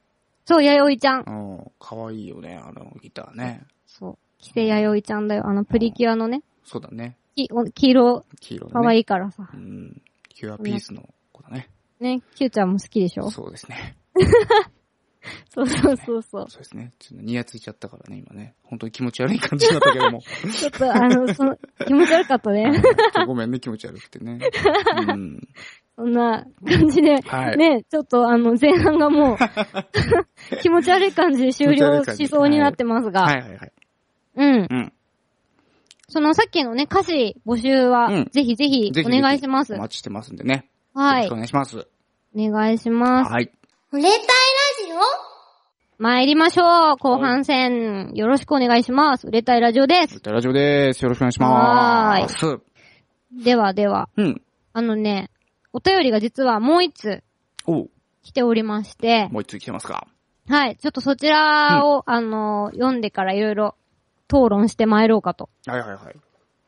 [SPEAKER 2] そう、弥生ちゃん。
[SPEAKER 1] うん、かわいいよね、あのギターね。
[SPEAKER 2] そう。木瀬弥生ちゃんだよ。あの、プリキュアのね、
[SPEAKER 1] そうだね。
[SPEAKER 2] きお黄色、
[SPEAKER 1] 黄色だ
[SPEAKER 2] 可
[SPEAKER 1] ね。
[SPEAKER 2] 愛
[SPEAKER 1] い。
[SPEAKER 2] いからさ。
[SPEAKER 1] うん。キュアピースの子だね。
[SPEAKER 2] ね、キューちゃんも好きでしょ
[SPEAKER 1] そうですね。
[SPEAKER 2] そうそうそうそう。
[SPEAKER 1] そうですね。ちょっとニヤついちゃったからね、今ね。本当に気持ち悪い感じだったけ ども。
[SPEAKER 2] ちょっと、あの、その、気持ち悪かったね。
[SPEAKER 1] ごめんね、気持ち悪くてね。 うん。
[SPEAKER 2] そんな感じで、
[SPEAKER 1] はい
[SPEAKER 2] ね、ちょっとあの、前半 がもう、気持ち悪い感じで終了しそうになってますが、
[SPEAKER 1] はいはいはい。
[SPEAKER 2] うん。
[SPEAKER 1] うん。
[SPEAKER 2] そのさっきのね、歌詞募集は、
[SPEAKER 1] うん
[SPEAKER 2] ぜひぜひ
[SPEAKER 1] ぜひ
[SPEAKER 2] お願いします
[SPEAKER 1] お。待ちしてますんでね。
[SPEAKER 2] は
[SPEAKER 1] よろし
[SPEAKER 2] い
[SPEAKER 1] くお。願いします。
[SPEAKER 2] お願いします。
[SPEAKER 1] はい。
[SPEAKER 3] お霊体ラジオ
[SPEAKER 2] 参りましょう。後半戦、よろしくお願いします。売れたいラジオです。
[SPEAKER 1] ラジオです。よろしくお願いします。
[SPEAKER 2] ではでは、
[SPEAKER 1] うん。
[SPEAKER 2] あのね、お便りが実はもう一つ
[SPEAKER 1] おう
[SPEAKER 2] 来ておりまして、
[SPEAKER 1] もう一つ来てますか。
[SPEAKER 2] はい、ちょっとそちらを、あの、読んでからいろいろ討論して参ろうかと。
[SPEAKER 1] はいはいはい。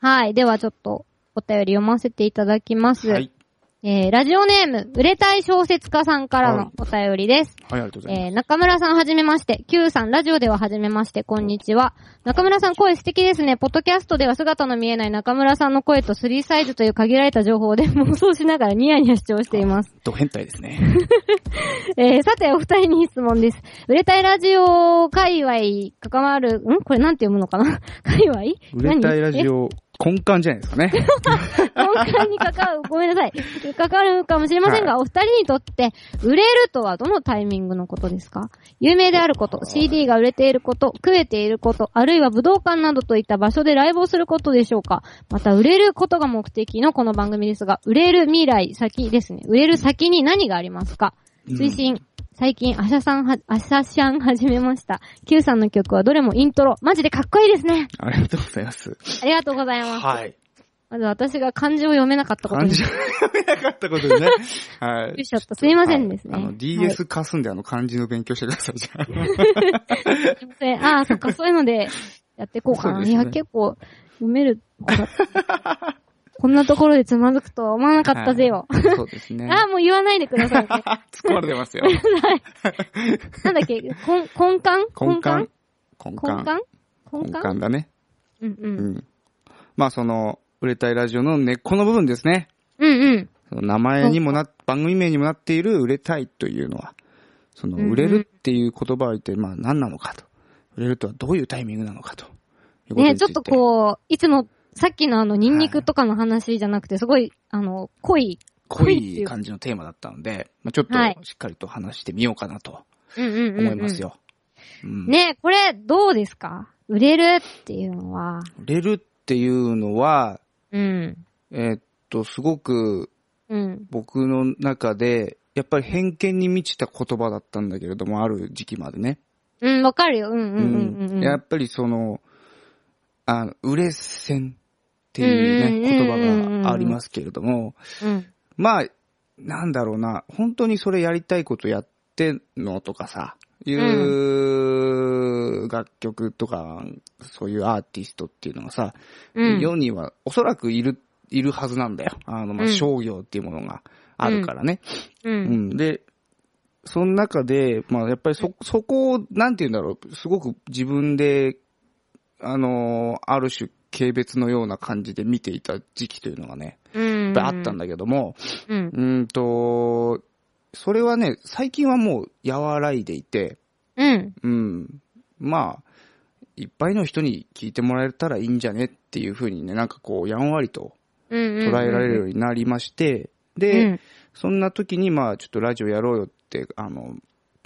[SPEAKER 2] はい、ではちょっとお便り読ませていただきます。
[SPEAKER 1] はい。
[SPEAKER 2] えー、ラジオネーム、売れたい小説家さんからのお便りです。
[SPEAKER 1] はい、ありがとうござい
[SPEAKER 2] え
[SPEAKER 1] ま
[SPEAKER 2] ー、中村さんはじめまして。Q さん、ラジオでははじめまして、こんにちは。中村さん声素敵ですね。ポッドキャストでは姿の見えない中村さんの声と3サイズという限られた情報で 妄想しながらニヤニヤ視聴しています。
[SPEAKER 1] す。ド変態ですね。
[SPEAKER 2] えー、さて、お二人に質問です。売れたいラジオ界隈関わる、んこれなんて読むのかな 界隈
[SPEAKER 1] 売れたいラジ
[SPEAKER 2] 何
[SPEAKER 1] オ、根幹じゃないですか ね。
[SPEAKER 2] え本館に関わる、 ごめんなさい。関わるかもしれませんが、お二人にとって、売れるとはどのタイミングのことですか有名であること、CD が売れていること、食えていること、あるいは武道館などといった場所でライブをすることでしょうかまた、売れることが目的のこの番組ですが、売れる未来先ですね。売れる先に何がありますか推進、最近、アシャさんは、アシャシャン始めました。Q さんの曲はどれもイントロ。マジでかっこいいですね。
[SPEAKER 1] ありがとうございます。
[SPEAKER 2] ありがとうございます。
[SPEAKER 1] はい。
[SPEAKER 2] まず私が漢字を読めなかったこと
[SPEAKER 1] 漢
[SPEAKER 2] に
[SPEAKER 1] 字が読めなかったことでね。は
[SPEAKER 2] びっくり
[SPEAKER 1] い。
[SPEAKER 2] しちゃった。すいませんですね。
[SPEAKER 1] はいあの、DS 貸すんで、あの、漢字の勉強してください、じゃあ。
[SPEAKER 2] はいすいませんああ、そ っか、そういうので、やっていこうか
[SPEAKER 1] そ
[SPEAKER 2] な。
[SPEAKER 1] うです
[SPEAKER 2] い
[SPEAKER 1] ね
[SPEAKER 2] や、結構、読める子だった。こんなところでつまずくとは思わなかったぜよ。
[SPEAKER 1] はいそうですね。
[SPEAKER 2] ああ、もう言わないでくださいね。
[SPEAKER 1] 突っ込まれてますよ。
[SPEAKER 2] なんだっけ、根 根幹
[SPEAKER 1] 根幹根幹
[SPEAKER 2] 根幹根
[SPEAKER 1] 根
[SPEAKER 2] 幹
[SPEAKER 1] 幹だね。
[SPEAKER 2] うんう。
[SPEAKER 1] うんん。まあ、その、売れたいラジオの根っこの部分ですね。
[SPEAKER 2] うんうん。
[SPEAKER 1] その名前にもな、番組名にもなっている売れたいというのは、その、
[SPEAKER 2] うんうん
[SPEAKER 1] 売れるっていう言葉を言って、まあ何なのかと。売れるとはどういうタイミングなのかと。いうことに
[SPEAKER 2] ね、
[SPEAKER 1] つ
[SPEAKER 2] ち
[SPEAKER 1] い
[SPEAKER 2] ょってとこう、いつも、さっきのあの、ニンニクとかの話じゃなくて、すごい、あの、濃い。
[SPEAKER 1] 濃
[SPEAKER 2] 濃いってい
[SPEAKER 1] いう感じのテーマだったので、まあちょっと
[SPEAKER 2] はい
[SPEAKER 1] しっかりと話してみようかなと
[SPEAKER 2] うんうんうんうん。
[SPEAKER 1] 思います。よ。うん
[SPEAKER 2] ね、これ、どうですか売れるっていうのは。
[SPEAKER 1] 売れるっていうのは、
[SPEAKER 2] うん。
[SPEAKER 1] えーっと、すごく
[SPEAKER 2] うん。
[SPEAKER 1] 僕の中で、やっぱり偏見に満ちた言葉だったんだけれども、ある時期までね。
[SPEAKER 2] うん、わかるよ。うんうんうんうん。
[SPEAKER 1] やっぱりその、あの、売れ線っていうね、
[SPEAKER 2] うん
[SPEAKER 1] 言
[SPEAKER 2] うんうんうん
[SPEAKER 1] 葉がありますけれども、
[SPEAKER 2] うん。
[SPEAKER 1] まあ、なんだろうな、本当にそれやりたいことやってんのとかさ、いう楽曲とか、そういうアーティストっていうのがさ、
[SPEAKER 2] うん。
[SPEAKER 1] 世にはおそらくいる、いるはずなんだよ。あの、まあ、
[SPEAKER 2] うん
[SPEAKER 1] 商業っていうものがあるからね。
[SPEAKER 2] う。
[SPEAKER 1] うんん。で、その中で、まあ、やっぱりそ、そこを、なんて言うんだろう、すごく自分で、あのーある種、軽蔑のような感じで見ていた時期というのがね、
[SPEAKER 2] うん。
[SPEAKER 1] やっぱりあったんだけども、
[SPEAKER 2] うん。
[SPEAKER 1] うんと、それはね、最近はもう和らいでいて、
[SPEAKER 2] うん。
[SPEAKER 1] うん。まあ、いっぱいの人に聞いてもらえたらいいんじゃねっていうふうにね、なんかこう、やんわりと
[SPEAKER 2] うん。
[SPEAKER 1] 捉えられるようになりまして、で、そんな時に、まあ、ちょっとラジオやろうよって、あの、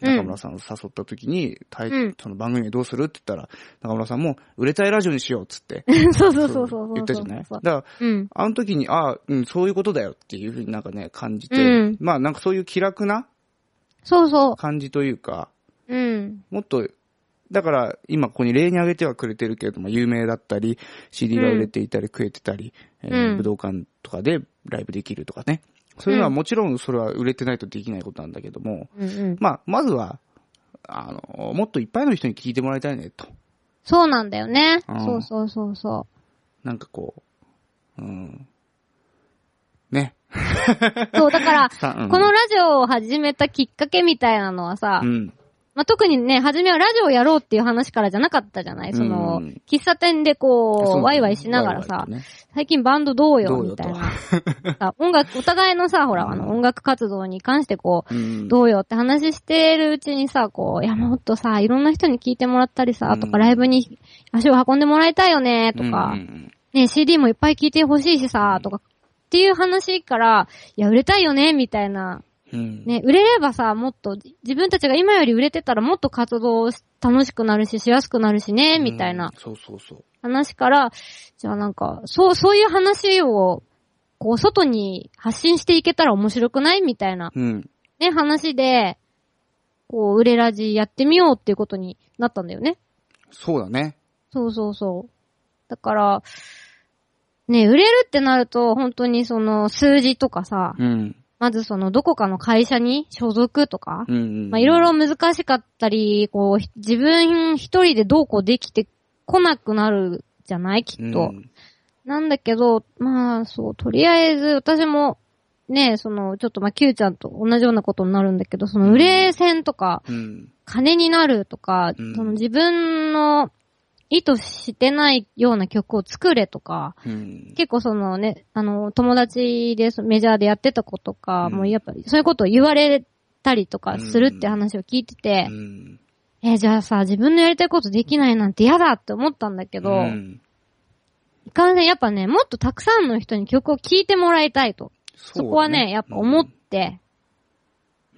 [SPEAKER 1] 中村さんを誘った時に、タイ
[SPEAKER 2] うん
[SPEAKER 1] その番組どうするって言ったら、中村さんも、売れたいラジオにしようっつって、
[SPEAKER 2] うん。 そうそうそうそう。
[SPEAKER 1] 言ったじゃないだ
[SPEAKER 2] そ
[SPEAKER 1] か
[SPEAKER 2] うそ
[SPEAKER 1] ら、
[SPEAKER 2] ううん。
[SPEAKER 1] あの時に、ああ、うん、そういうことだよっていうふうになんかね、感じて、
[SPEAKER 2] うん
[SPEAKER 1] まあ、なんかそういう気楽な
[SPEAKER 2] そうそ
[SPEAKER 1] 感じというか、
[SPEAKER 2] う。うん。
[SPEAKER 1] もっと、だから、今ここに例に挙げてはくれてるけれども、有名だったり、CD が売れていたり、食えてたり、えー
[SPEAKER 2] うん
[SPEAKER 1] 武道館とかでライブできるとかね。そういうのは
[SPEAKER 2] うん
[SPEAKER 1] もちろんそれは売れてないとできないことなんだけども、
[SPEAKER 2] うんうん。
[SPEAKER 1] まあ、まずは、あの、もっといっぱいの人に聞いてもらいたいね、と。
[SPEAKER 2] そうなんだよね。
[SPEAKER 1] うん
[SPEAKER 2] そうそうそうそ
[SPEAKER 1] なんかこう、うん。ね。
[SPEAKER 2] う。そう、だから、
[SPEAKER 1] さうん
[SPEAKER 2] このラジオを始めたきっかけみたいなのはさ
[SPEAKER 1] う、ん。
[SPEAKER 2] まあ、特にね、初めはラジオやろうっていう話からじゃなかったじゃないその、
[SPEAKER 1] うん
[SPEAKER 2] 喫茶店で
[SPEAKER 1] そ
[SPEAKER 2] こ
[SPEAKER 1] う
[SPEAKER 2] う、ワイワイしながらさ
[SPEAKER 1] ワイ、ワイとね
[SPEAKER 2] 最近バンドどうよ
[SPEAKER 1] どうよ
[SPEAKER 2] みたい
[SPEAKER 1] と
[SPEAKER 2] な。さ音楽、お互いのさ、ほら、あの、音楽活動に関してこう、
[SPEAKER 1] うん
[SPEAKER 2] どうよって話してるうちにさ、こう、いや、もっとさ、いろんな人に聞いてもらったりさ、
[SPEAKER 1] うん
[SPEAKER 2] とか、ライブに足を運んでもらいたいよね、とか、
[SPEAKER 1] うんうん
[SPEAKER 2] ね、CD もいっぱい聞いてほしいしさ、とか、っていう話から、いや、売れたいよね、みたいな。
[SPEAKER 1] うん
[SPEAKER 2] ね、売れればさ、もっと、自分たちが今より売れてたらもっと活動し楽しくなるし、しやすくなるしね、みたい
[SPEAKER 1] う
[SPEAKER 2] な
[SPEAKER 1] んそうそうそう。
[SPEAKER 2] 話から、じゃあなんか、そう、そういう話を、こう、外に発信していけたら面白くないみたいな、
[SPEAKER 1] うん。
[SPEAKER 2] ね、話で、こう、売れラジやってみようっていうことになったんだよね。
[SPEAKER 1] そうだね。
[SPEAKER 2] そうそうそう。だから、ね、売れるってなると、本当にその、数字とかさ、
[SPEAKER 1] うん。
[SPEAKER 2] まずその、どこかの会社に所属とか、
[SPEAKER 1] うんうん。
[SPEAKER 2] まあ、いろいろ難しかったり、こう、ひ自分一人でどうこうできてこなくなるじゃないきっと。
[SPEAKER 1] うん
[SPEAKER 2] なんだけど、まあ、そう、とりあえず、私も、ね、その、ちょっとまあ、Q ちゃんと同じようなことになるんだけど、その、売れ線とか、
[SPEAKER 1] うん。
[SPEAKER 2] 金になるとか、
[SPEAKER 1] うん
[SPEAKER 2] その自分の意図してないような曲を作れとか、
[SPEAKER 1] うん。
[SPEAKER 2] 結構そのね、あの、友達でそメジャーでやってた子とか、
[SPEAKER 1] うん
[SPEAKER 2] もうやっぱりそういうことを言われたりとかするって
[SPEAKER 1] うん
[SPEAKER 2] 話を聞いてて
[SPEAKER 1] う、ん
[SPEAKER 2] え、じゃあさ、自分のやりたいことできないなんて嫌だって思ったんだけど、
[SPEAKER 1] うん
[SPEAKER 2] いかんせんやっぱね、もっとたくさんの人に曲を聴いてもらいたいと。
[SPEAKER 1] そ
[SPEAKER 2] そこはね、やっぱ思って、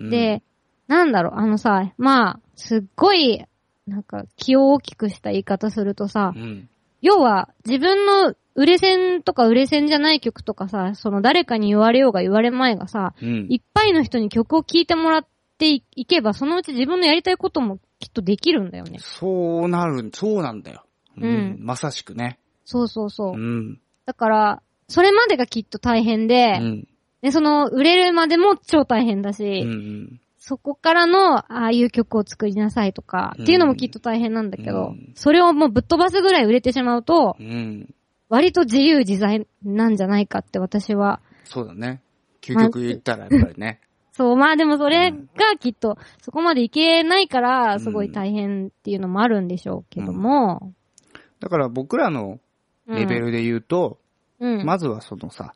[SPEAKER 1] うん
[SPEAKER 2] で、、なんだろう、あのさ、まあ、すっごい、なんか気を大きくした言い方するとさ
[SPEAKER 1] う、ん。
[SPEAKER 2] 要は自分の売れ線とか売れ線じゃない曲とかさ、その誰かに言われようが言われまいがさ、
[SPEAKER 1] うん
[SPEAKER 2] いっぱいの人に曲を聴いてもらっていいけば、そのうち自分のやりたいこともきっとできるんだよね。
[SPEAKER 1] そうなる、そうなんだよ。
[SPEAKER 2] うん
[SPEAKER 1] まさしくね。
[SPEAKER 2] そうそうそうう。
[SPEAKER 1] ん。
[SPEAKER 2] だから、それまでがきっと大変
[SPEAKER 1] う
[SPEAKER 2] で、
[SPEAKER 1] ん。
[SPEAKER 2] で、その、売れるまでも超大変だし、
[SPEAKER 1] うん。
[SPEAKER 2] そこからの、ああいう曲を作りなさいとか、っていうのもきっと大変なんだけど、
[SPEAKER 1] うん
[SPEAKER 2] それをもうぶっ飛ばすぐらい売れてしまうと
[SPEAKER 1] う、ん。
[SPEAKER 2] 割と自由自在なんじゃないかって私は。
[SPEAKER 1] そうだね。究極言ったらやっぱりね。
[SPEAKER 2] そう、まあでもそれがきっと、そこまでいけないから、すごい大変っていうのもあるんでしょうけども、
[SPEAKER 1] だから僕らの
[SPEAKER 2] うん
[SPEAKER 1] レベルで言うと、
[SPEAKER 2] うん。
[SPEAKER 1] まずはそのさ、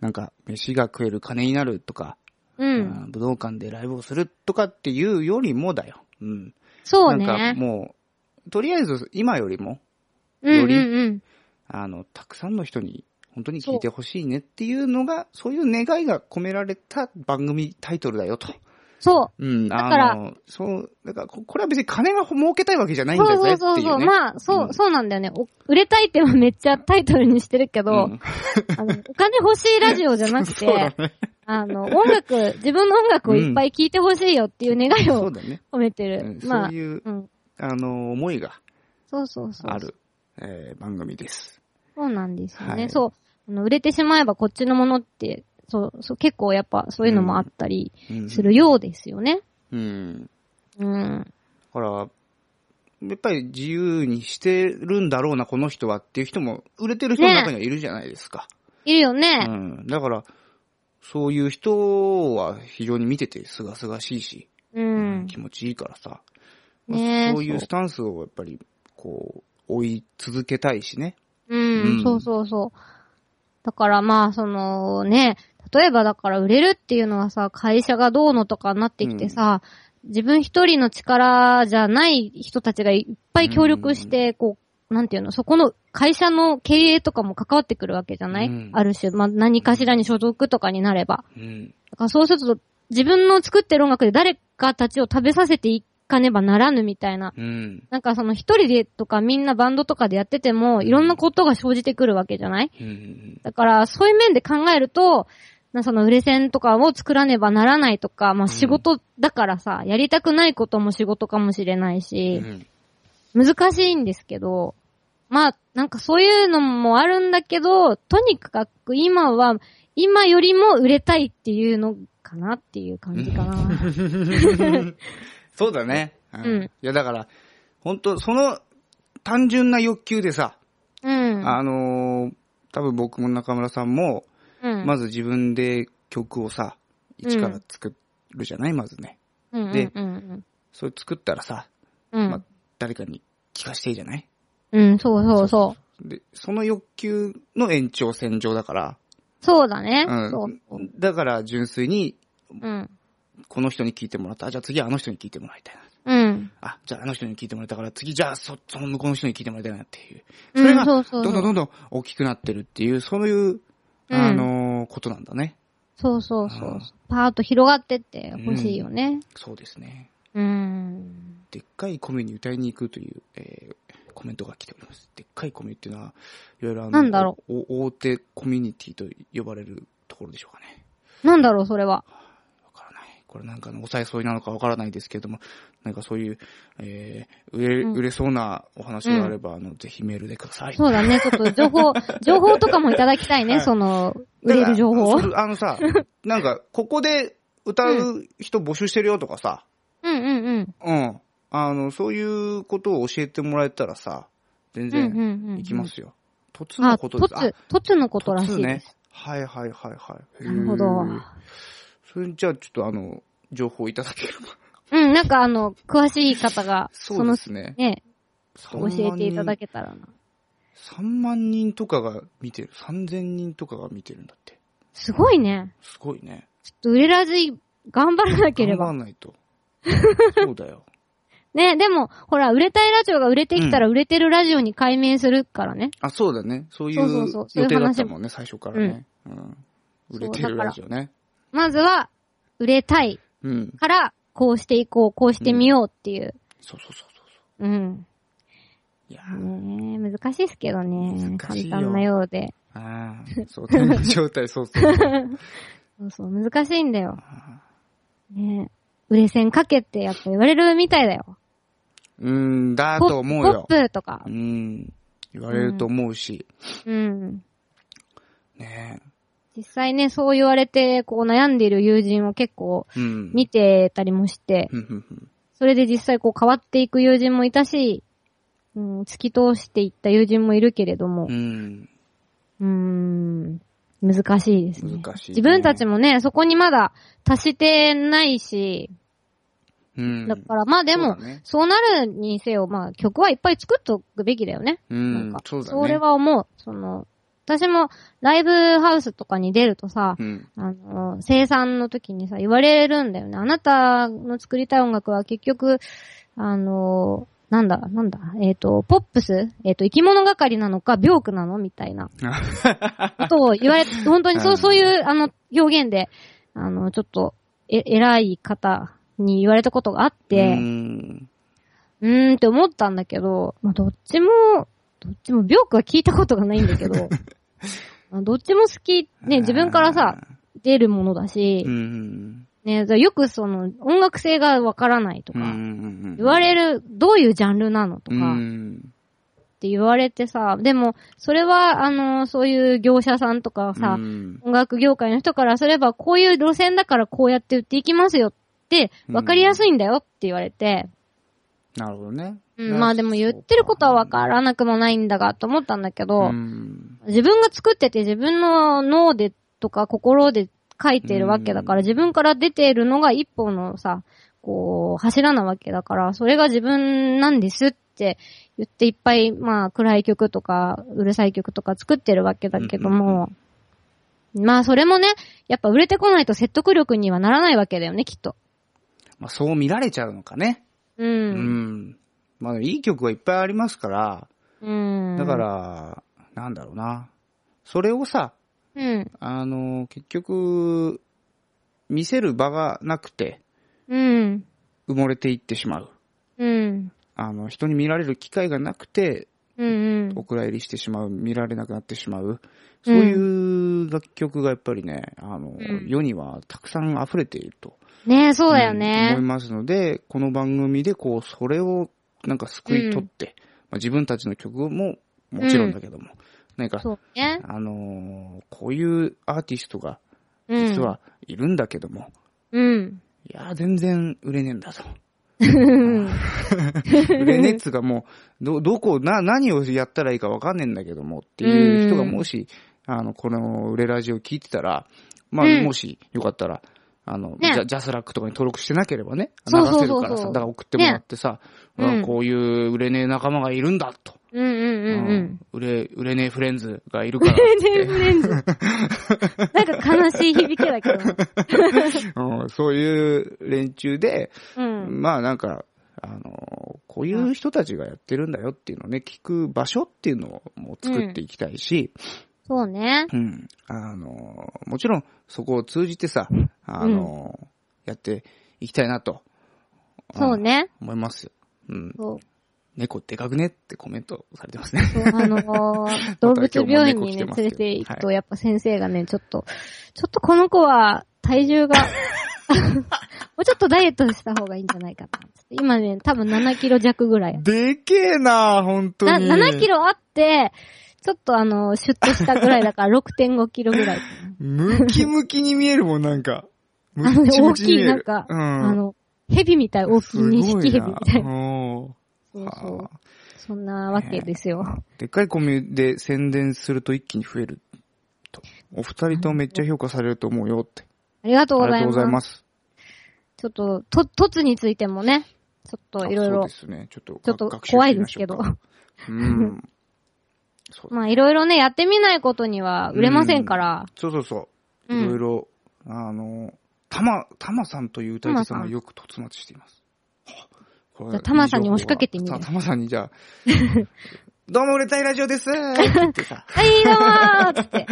[SPEAKER 1] なんか、飯が食える金になるとか、
[SPEAKER 2] うん。
[SPEAKER 1] あー武道館でライブをするとかっていうよりもだよ。うん。
[SPEAKER 2] そ
[SPEAKER 1] な
[SPEAKER 2] う
[SPEAKER 1] んか。
[SPEAKER 2] ね
[SPEAKER 1] もう、とりあえず今よりも、
[SPEAKER 2] うんう
[SPEAKER 1] よ
[SPEAKER 2] ん
[SPEAKER 1] り
[SPEAKER 2] うん。
[SPEAKER 1] あの、たくさんの人に本当に聞いてほしいねっていうのが、そういう願いが込められた番組タイトルだよと。
[SPEAKER 2] そう。
[SPEAKER 1] うん、
[SPEAKER 2] だから
[SPEAKER 1] あの、そう、だからこ、これは別に金が儲けたいわけじゃないん
[SPEAKER 2] そ
[SPEAKER 1] だ
[SPEAKER 2] うそ
[SPEAKER 1] ぜ
[SPEAKER 2] う
[SPEAKER 1] っていう、ね。
[SPEAKER 2] そうそう。まあ、そうう、
[SPEAKER 1] ん
[SPEAKER 2] そうなんだよね。お売れたいってはめっちゃタイトルにしてるけど、
[SPEAKER 1] うん
[SPEAKER 2] あの、お金欲しいラジオじゃな くて、
[SPEAKER 1] そうだ ね。
[SPEAKER 2] あの、音 楽、自分の音楽をいっぱい聴いてほしいよっていう願い
[SPEAKER 1] そ
[SPEAKER 2] を
[SPEAKER 1] うだね。
[SPEAKER 2] 込めて
[SPEAKER 1] う
[SPEAKER 2] る
[SPEAKER 1] ん。そ
[SPEAKER 2] まあ
[SPEAKER 1] う、いう、
[SPEAKER 2] うん。
[SPEAKER 1] あの、思いが
[SPEAKER 2] そうそうそう。
[SPEAKER 1] ある、えー番組です。
[SPEAKER 2] そうなんですよね。
[SPEAKER 1] はい
[SPEAKER 2] そう。あの売れてしまえばこっちのものって、そう、そう、結構やっぱそういうのもあったり
[SPEAKER 1] うん
[SPEAKER 2] するようですよね。
[SPEAKER 1] うん。
[SPEAKER 2] うん。
[SPEAKER 1] だから、やっぱり自由にしてるんだろうな、この人はっていう人も、売れてる人の中にはいるじゃないですか。
[SPEAKER 2] いるよね。
[SPEAKER 1] うん。だから、そういう人は非常に見ててすがすがしいし、
[SPEAKER 2] うん。
[SPEAKER 1] 気持ちいいからさ、まあ
[SPEAKER 2] ねえ
[SPEAKER 1] そういうスタンスをやっぱり、こう、追い続けたいしね。
[SPEAKER 2] う、
[SPEAKER 1] うんん
[SPEAKER 2] そうそうそう。だからまあ、そのね、例えばだから売れるっていうのはさ、会社がどうのとかになってきてさ、自分一人の力じゃない人たちがいっぱい協力して、こう、なんていうの、そこの会社の経営とかも関わってくるわけじゃない、
[SPEAKER 1] うん
[SPEAKER 2] ある種、まあ何かしらに所属とかになれば。
[SPEAKER 1] うん。
[SPEAKER 2] だからそうすると、自分の作ってる音楽で誰かたちを食べさせていかねばならぬみたいな
[SPEAKER 1] うん。
[SPEAKER 2] なんかその一人でとかみんなバンドとかでやってても、いろんなことが生じてくるわけじゃない
[SPEAKER 1] うん。
[SPEAKER 2] だから、そういう面で考えると、なその売れ線とかを作らねばならないとか、まあ仕事だからさ、やりたくないことも仕事かもしれないうし、
[SPEAKER 1] ん
[SPEAKER 2] 難しいんですけど、まあ、なんかそういうのもあるんだけど、とにかく今は、今よりも売れたいっていうのかなっていう感じかな。
[SPEAKER 1] そうだね。う
[SPEAKER 2] うん
[SPEAKER 1] いや、だから、本当その単純な欲求でさ、
[SPEAKER 2] うん。
[SPEAKER 1] あのー多分僕も中村さんも、
[SPEAKER 2] うん、
[SPEAKER 1] まず自分で曲をさ、一から作るじゃない、まずね。
[SPEAKER 2] うんうんうんうん、
[SPEAKER 1] それ作ったらさ、
[SPEAKER 2] うん。
[SPEAKER 1] まあ、誰かに聞かせていいじゃない
[SPEAKER 2] うん、そうそうそう。
[SPEAKER 1] で、その欲求の延長線上だから、
[SPEAKER 2] そうだね。
[SPEAKER 1] うん
[SPEAKER 2] そう。
[SPEAKER 1] だから純粋に、
[SPEAKER 2] うん。
[SPEAKER 1] この人に聞いてもらった。あじゃあ次はあの人に聞いてもらいたいな。
[SPEAKER 2] うん。
[SPEAKER 1] あ、じゃああの人に聞いてもらったから、次じゃあそ、その向こうの人に聞いてもらいたいなっていう。
[SPEAKER 2] うん
[SPEAKER 1] それが、
[SPEAKER 2] そ
[SPEAKER 1] ど
[SPEAKER 2] うんそうそう
[SPEAKER 1] どんどんどん大きくなってるっていう、そういう、
[SPEAKER 2] うん
[SPEAKER 1] あのーことなんだね。。
[SPEAKER 2] そうそうそううんパーッと広がってって欲しいよね。
[SPEAKER 1] そうですね。
[SPEAKER 2] うん。
[SPEAKER 1] でっかい米に歌いに行くという、えーコメントが来ております。でっかい米っていうのは、いろいろあの、
[SPEAKER 2] なんだろ
[SPEAKER 1] お大手コミュニティと呼ばれるところでしょうかね。
[SPEAKER 2] なんだろう、それ
[SPEAKER 1] わ
[SPEAKER 2] は。
[SPEAKER 1] からない。これなんかのお誘いなのかわからないですけれども、なんかそういう、えー売れ、
[SPEAKER 2] うん
[SPEAKER 1] 売れそうなお話があれば、あの、ぜひメールでください。
[SPEAKER 2] そうだね、ちょっと情 報、情報とかもいただきたいね、その、売れる情報。う
[SPEAKER 1] だ
[SPEAKER 2] ん
[SPEAKER 1] からあのさ、なんか、ここで歌う人募集してるよとかさ、
[SPEAKER 2] うんうん。
[SPEAKER 1] うん。あの、そういうことを教えてもらえたらさ、全
[SPEAKER 2] うんうんうんう
[SPEAKER 1] 然
[SPEAKER 2] ん
[SPEAKER 1] いきますよ。とつ
[SPEAKER 2] あ、
[SPEAKER 1] のこと
[SPEAKER 2] と
[SPEAKER 1] です。
[SPEAKER 2] つ、とつのことらし
[SPEAKER 1] とつ
[SPEAKER 2] いです。。
[SPEAKER 1] はいはいはいはい。
[SPEAKER 2] なるほど
[SPEAKER 1] へーそれじゃあちょっとあの、情報いただければ。
[SPEAKER 2] うん、なんかあの、詳しい方が、
[SPEAKER 1] そう
[SPEAKER 2] の
[SPEAKER 1] で、すね。
[SPEAKER 2] ね、教
[SPEAKER 1] 教
[SPEAKER 2] えていただけたらな。
[SPEAKER 1] 3万人とかが見てる。3000人とかが見てるんだって。
[SPEAKER 2] すごいね。
[SPEAKER 1] すごいね。
[SPEAKER 2] ちょっと売れらずい、頑張らなけれ
[SPEAKER 1] 頑張
[SPEAKER 2] ば
[SPEAKER 1] ら。ないと。そうだよ。
[SPEAKER 2] ね、でも、ほら、売れたいラジオが売れてきたら売れてるラジオに改名するからね。
[SPEAKER 1] あ、そうだね。そういう
[SPEAKER 2] そうそうそうそうい
[SPEAKER 1] 予定
[SPEAKER 2] う話
[SPEAKER 1] だったもんね、最初からね。うん。売れて
[SPEAKER 2] そうだ
[SPEAKER 1] る
[SPEAKER 2] から
[SPEAKER 1] ラジオね。
[SPEAKER 2] まずは、売れたい
[SPEAKER 1] うん。
[SPEAKER 2] から、こうしていこう、こうしてみようっていう。
[SPEAKER 1] そうそうそうそう
[SPEAKER 2] うん。
[SPEAKER 1] そう。いや
[SPEAKER 2] ねえ難しいっすけどね。
[SPEAKER 1] 難
[SPEAKER 2] 簡
[SPEAKER 1] しいよ
[SPEAKER 2] 単なようで。
[SPEAKER 1] ーああ、そう、天気状態、そう そう。
[SPEAKER 2] そうそう、難しいんだよ。ねえ売れ線かけってやっぱ言われるみたいだよ。
[SPEAKER 1] うん、だ
[SPEAKER 2] ポッ
[SPEAKER 1] と思う
[SPEAKER 2] ポッ
[SPEAKER 1] よ。
[SPEAKER 2] プとか
[SPEAKER 1] う。ん。言われると思うし。
[SPEAKER 2] うん。
[SPEAKER 1] ね
[SPEAKER 2] 実際ね、そう言われて、こう悩んでいる友人を結構
[SPEAKER 1] え。うん。
[SPEAKER 2] 見てたりもして、
[SPEAKER 1] ふんふんふん
[SPEAKER 2] それで実際こう変わっていく友人もいたし、うん、突き通していった友人もいるけれども
[SPEAKER 1] う、ん。
[SPEAKER 2] うーん、難しいですね。
[SPEAKER 1] 難しいね
[SPEAKER 2] 自分たちもね、そこにまだ達してないし、
[SPEAKER 1] うん。
[SPEAKER 2] だからまあでも、
[SPEAKER 1] そうだね
[SPEAKER 2] そうなるにせよ、まあ曲はいっぱい作っとくべきだよね。
[SPEAKER 1] う
[SPEAKER 2] なん
[SPEAKER 1] ん
[SPEAKER 2] か、
[SPEAKER 1] そうだね。
[SPEAKER 2] れ、は思う。その、私もライブハウスとかに出るとさ、
[SPEAKER 1] うん。
[SPEAKER 2] あの、生産の時にさ、言われるんだよね。あなたの作りたい音楽は結局、あの、なんだ、なんだ、えっ、と、ポップスえっ、と、生き物係なのか、病句なのみた いな。ことを言われ、本当にそうう、
[SPEAKER 1] ん
[SPEAKER 2] そういう、あの、表現で、あの、ちょっと、え、偉い方に言われたことがあっ
[SPEAKER 1] う
[SPEAKER 2] て、
[SPEAKER 1] ん
[SPEAKER 2] うーんって思ったんだけど、まあ、どっちも、どっちも、病句は聞いたことがないんだ けど、まあどっちも好き、ね、自分からさ、出るものだし
[SPEAKER 1] う、ん。
[SPEAKER 2] ね、だよくその、音楽性がわからないとか、
[SPEAKER 1] 言
[SPEAKER 2] 言わ
[SPEAKER 1] る
[SPEAKER 2] れる、どういうジャンルなのと
[SPEAKER 1] う
[SPEAKER 2] か、っ
[SPEAKER 1] ん。
[SPEAKER 2] て言われてさ、でも、それは、あの、そういう業者さんとかさ、
[SPEAKER 1] うん
[SPEAKER 2] 音楽業界の人からすれば、こういう路線だからこうやって売っていきますよって、わかりやすいんだよって言われて、
[SPEAKER 1] なるほどね。
[SPEAKER 2] うん、まあでも言ってることはわからなくもないんだがと思ったんだけ
[SPEAKER 1] う
[SPEAKER 2] ど、
[SPEAKER 1] ん
[SPEAKER 2] 自分が作ってて自分の脳でとか心で書いてるわけだから、
[SPEAKER 1] うん
[SPEAKER 2] 自分から出ているのが一本のさ、こう、柱なわけだから、それが自分なんですって言っていっぱい、まあ、暗い曲とか、うるさい曲とか作ってるわけだけども、まあ、それもね、やっぱ売れてこないと説得力にはならないわけだよね、きっと。
[SPEAKER 1] まあそう見られちゃうのかね。
[SPEAKER 2] う。
[SPEAKER 1] うんん。まあいい曲はいっぱいありますから、
[SPEAKER 2] うん。
[SPEAKER 1] だか、ら、なんだろうな。それをさ、
[SPEAKER 2] うん。
[SPEAKER 1] あの、結局、見せる場がなくて
[SPEAKER 2] うん。
[SPEAKER 1] 埋もれていってしまう。
[SPEAKER 2] うん。
[SPEAKER 1] あの、人に見られる機会がなくて、
[SPEAKER 2] うん。うん。
[SPEAKER 1] お蔵入りしてしまう、見られなくなってしまう。そういう楽曲がやっぱりね、あの、
[SPEAKER 2] うん
[SPEAKER 1] 世にはたくさん溢れていると。
[SPEAKER 2] ねえ、そうだよ
[SPEAKER 1] うん
[SPEAKER 2] ね
[SPEAKER 1] 思い。ますので、この番組でこう、それをなんか救い取って、まあ、自分たちの曲ももちろんだけども、なんか、
[SPEAKER 2] そうね。
[SPEAKER 1] あのーこういうアーティストが
[SPEAKER 2] うん。
[SPEAKER 1] 実はいるんだけども、
[SPEAKER 2] うん。
[SPEAKER 1] いやー全然売れねえんだ と。
[SPEAKER 2] うん。
[SPEAKER 1] 売れねえっつうかもう、ど、どこ、な、何をやったらいいかわかんねえんだけどもっていう人がもし、あの、この売れラジオ聞いてたら、ま
[SPEAKER 2] うん
[SPEAKER 1] あ、もしよかったら、あの、
[SPEAKER 2] ね
[SPEAKER 1] ジャジャスラックとかに登録してなければね、流
[SPEAKER 2] そうそ
[SPEAKER 1] せ
[SPEAKER 2] うそう
[SPEAKER 1] る
[SPEAKER 2] そう
[SPEAKER 1] からさ、だから送ってもらってさ、
[SPEAKER 2] ねうん
[SPEAKER 1] あこういう売れねえ仲間がいるんだと。
[SPEAKER 2] うんうんうんうん。
[SPEAKER 1] 売れ、売れねえフレンズがいる からっ
[SPEAKER 2] 全
[SPEAKER 1] つって
[SPEAKER 2] 然フレンズ。なんか悲しい響きだけど。
[SPEAKER 1] うんそういう連中で、
[SPEAKER 2] うん。
[SPEAKER 1] まあなんか、あの、こういう人たちがやってるんだよっていうのをね、聞く場所っていうのをもう作っていきたいし、
[SPEAKER 2] そうね。
[SPEAKER 1] うん。あの、もちろん、そこを通じてさ、あの、やっていきたいなと。
[SPEAKER 2] そうね。
[SPEAKER 1] うん。思いますよ。うん。
[SPEAKER 2] そう。
[SPEAKER 1] 猫でかくねってコメントされてますね。
[SPEAKER 2] そう、あの ー動物病院にね、連れて行くと、
[SPEAKER 1] は
[SPEAKER 2] やっぱ先生がね、ちょっと、ちょっとこの子は体重 が、もうちょっとダイエットした方がいいんじゃないかな。今ね、多分7キロ弱ぐらい。
[SPEAKER 1] でけえな本当
[SPEAKER 2] な
[SPEAKER 1] に。
[SPEAKER 2] 7キロあって、ちょっとあの、シュッとしたぐらい だから6.5キロぐらい。
[SPEAKER 1] ムキムキに見えるもん、なんか。
[SPEAKER 2] あのね、大きい、なんか、あの、蛇みたい、大きい、錦蛇みたいな。
[SPEAKER 1] な。
[SPEAKER 2] そうそ
[SPEAKER 1] は
[SPEAKER 2] う。そんなわけですよ。
[SPEAKER 1] でっかいコミュで宣伝すると一気に増えると。お二人ともめっちゃ評価されると思うよって。
[SPEAKER 2] ありがとう
[SPEAKER 1] あり
[SPEAKER 2] ご
[SPEAKER 1] が
[SPEAKER 2] ざい
[SPEAKER 1] とうござい
[SPEAKER 2] ま。
[SPEAKER 1] ますす。
[SPEAKER 2] ちょっと、と、凸についてもね、ちょっといろいろ
[SPEAKER 1] あそうですね。ちょっと、
[SPEAKER 2] ちょっと
[SPEAKER 1] 学習
[SPEAKER 2] 怖い
[SPEAKER 1] してみ
[SPEAKER 2] で
[SPEAKER 1] ますしょ
[SPEAKER 2] け
[SPEAKER 1] うか
[SPEAKER 2] ど。。
[SPEAKER 1] うん。そう
[SPEAKER 2] まあいろいろね、やってみないことには売れませんから。
[SPEAKER 1] そうそうそう。
[SPEAKER 2] うん
[SPEAKER 1] いろいろ、あの、たま、たまさんという歌い手さんがよく突発しています。はあこれ
[SPEAKER 2] じゃあタマさんに押しかけてみる、
[SPEAKER 1] さあタマさんにじゃあ、どうも売れたいラジオですって言ってさ
[SPEAKER 2] はい、どうもーっつ って。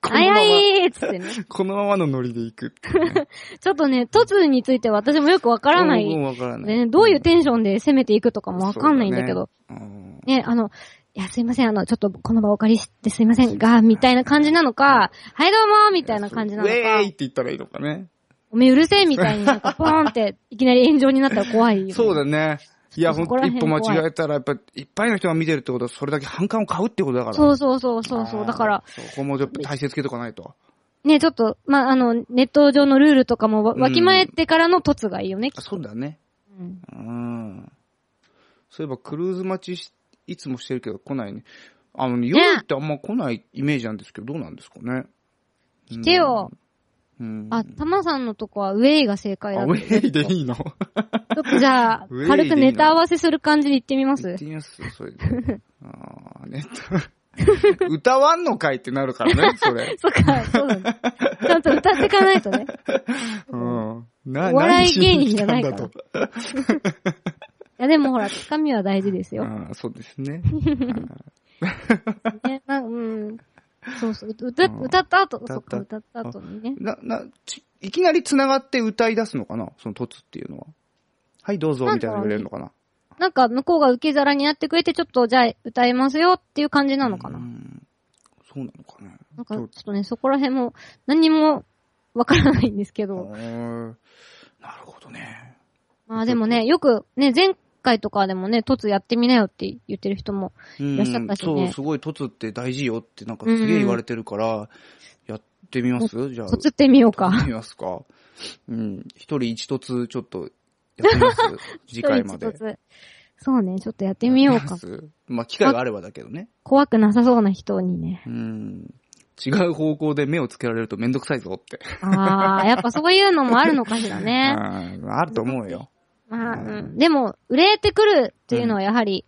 [SPEAKER 1] こ
[SPEAKER 2] は
[SPEAKER 1] の
[SPEAKER 2] い
[SPEAKER 1] まま、
[SPEAKER 2] はいーっつってね。
[SPEAKER 1] このままのノリでいくって。
[SPEAKER 2] ちょっとね、突について私もよくわからない。
[SPEAKER 1] うん
[SPEAKER 2] で
[SPEAKER 1] わからない。
[SPEAKER 2] ね、どういうテンションで攻めていくとかもわかんないんだけど。
[SPEAKER 1] うん
[SPEAKER 2] ねあの、いや、すいません、あの、ちょっとこの場お借りしてすいませんが、みたいな感じなのか、はい、どうもーみたいな感じなの
[SPEAKER 1] ウ
[SPEAKER 2] か、
[SPEAKER 1] ェーイって言ったらいいのかね。
[SPEAKER 2] おめえうるせえみたいになんか、ポー ンって、いきなり炎上になったら怖いよ。
[SPEAKER 1] そうだね。いや、
[SPEAKER 2] そ
[SPEAKER 1] ほん
[SPEAKER 2] ことら
[SPEAKER 1] 一
[SPEAKER 2] 辺
[SPEAKER 1] 歩間違えたら、やっぱ、いっぱいの人が見てるってことは、それだけ反感を買うってことだから。
[SPEAKER 2] そうそうそうそうそう。だから
[SPEAKER 1] あ、ー。そこもやっぱ体勢つけとかないと。
[SPEAKER 2] ね、ちょっと、まあ、あの、ネット上のルールとかもわ
[SPEAKER 1] うん
[SPEAKER 2] わきまえてからの凸がいいよね。
[SPEAKER 1] あそうだね。
[SPEAKER 2] うん
[SPEAKER 1] うん。そういえば、クルーズ待ちし、いつもしてるけど来ないね。あのね、夜ってあんま来ないイメージなんですけど、どうなんですかね。来
[SPEAKER 2] 来てよ。。
[SPEAKER 1] うん。
[SPEAKER 2] あ、たまさんのとこはウェイが正解だ
[SPEAKER 1] あ
[SPEAKER 2] っ
[SPEAKER 1] ウ
[SPEAKER 2] た。
[SPEAKER 1] ェイでいいの
[SPEAKER 2] ちょっとじゃあ
[SPEAKER 1] ウェイでいい、の
[SPEAKER 2] 軽くネタ合わせする感じで行ってみま
[SPEAKER 1] 言っ
[SPEAKER 2] す
[SPEAKER 1] てみますそれで。 ああ、ね。歌わんのかいってなる からね、それ。
[SPEAKER 2] そっか、そう だね。ちゃんと歌ってかないとね。
[SPEAKER 1] うん。な
[SPEAKER 2] お笑い
[SPEAKER 1] 何しに来たんだ
[SPEAKER 2] 芸人じゃないから
[SPEAKER 1] と
[SPEAKER 2] いや、でもほら、つかみは大事ですよ。
[SPEAKER 1] ああ、そうですね。
[SPEAKER 2] ね、なんかうん。そうそう、歌、
[SPEAKER 1] うん
[SPEAKER 2] 歌った後、
[SPEAKER 1] 歌
[SPEAKER 2] そ
[SPEAKER 1] っ
[SPEAKER 2] っか、
[SPEAKER 1] た
[SPEAKER 2] 歌った後にね。
[SPEAKER 1] な、な、ちいきなり繋がって歌い出すのかなその突っていうのは。はい、どうぞ、みたいなの言われるのかな
[SPEAKER 2] なんか、向こうが受け皿になってくれて、ちょっと、じゃあ、歌いますよっていう感じなのかな
[SPEAKER 1] う。んそうなのかな
[SPEAKER 2] なんか、ち
[SPEAKER 1] そ
[SPEAKER 2] ょっ
[SPEAKER 1] う
[SPEAKER 2] とね、そこら辺も、何にも、わからないんですけど。
[SPEAKER 1] うーんなるほどね。
[SPEAKER 2] まあでもね、よく、ね、前回とかでもね、突やってみなよって言ってる人も。
[SPEAKER 1] うん
[SPEAKER 2] らっしゃったしね
[SPEAKER 1] そう、すごい突って大事よってなんかすげえ言われてるから、やってみますじゃあ。
[SPEAKER 2] 突ってみようか。
[SPEAKER 1] 見ますか。うん。一人一突ちょっとやって みます次回まで。
[SPEAKER 2] 一人一突そうね、ちょっとやってみよう
[SPEAKER 1] や
[SPEAKER 2] か
[SPEAKER 1] っ。てみます まあ、機会があればだけどね。
[SPEAKER 2] 怖くなさそうな人にね。
[SPEAKER 1] うん。違う方向で目をつけられるとめんどくさいぞって。
[SPEAKER 2] ああ、やっぱそういうのもあるのかしらね。
[SPEAKER 1] うんあると思うよ。
[SPEAKER 2] まあ、うん。でも、売れてくるっていうのはやはり、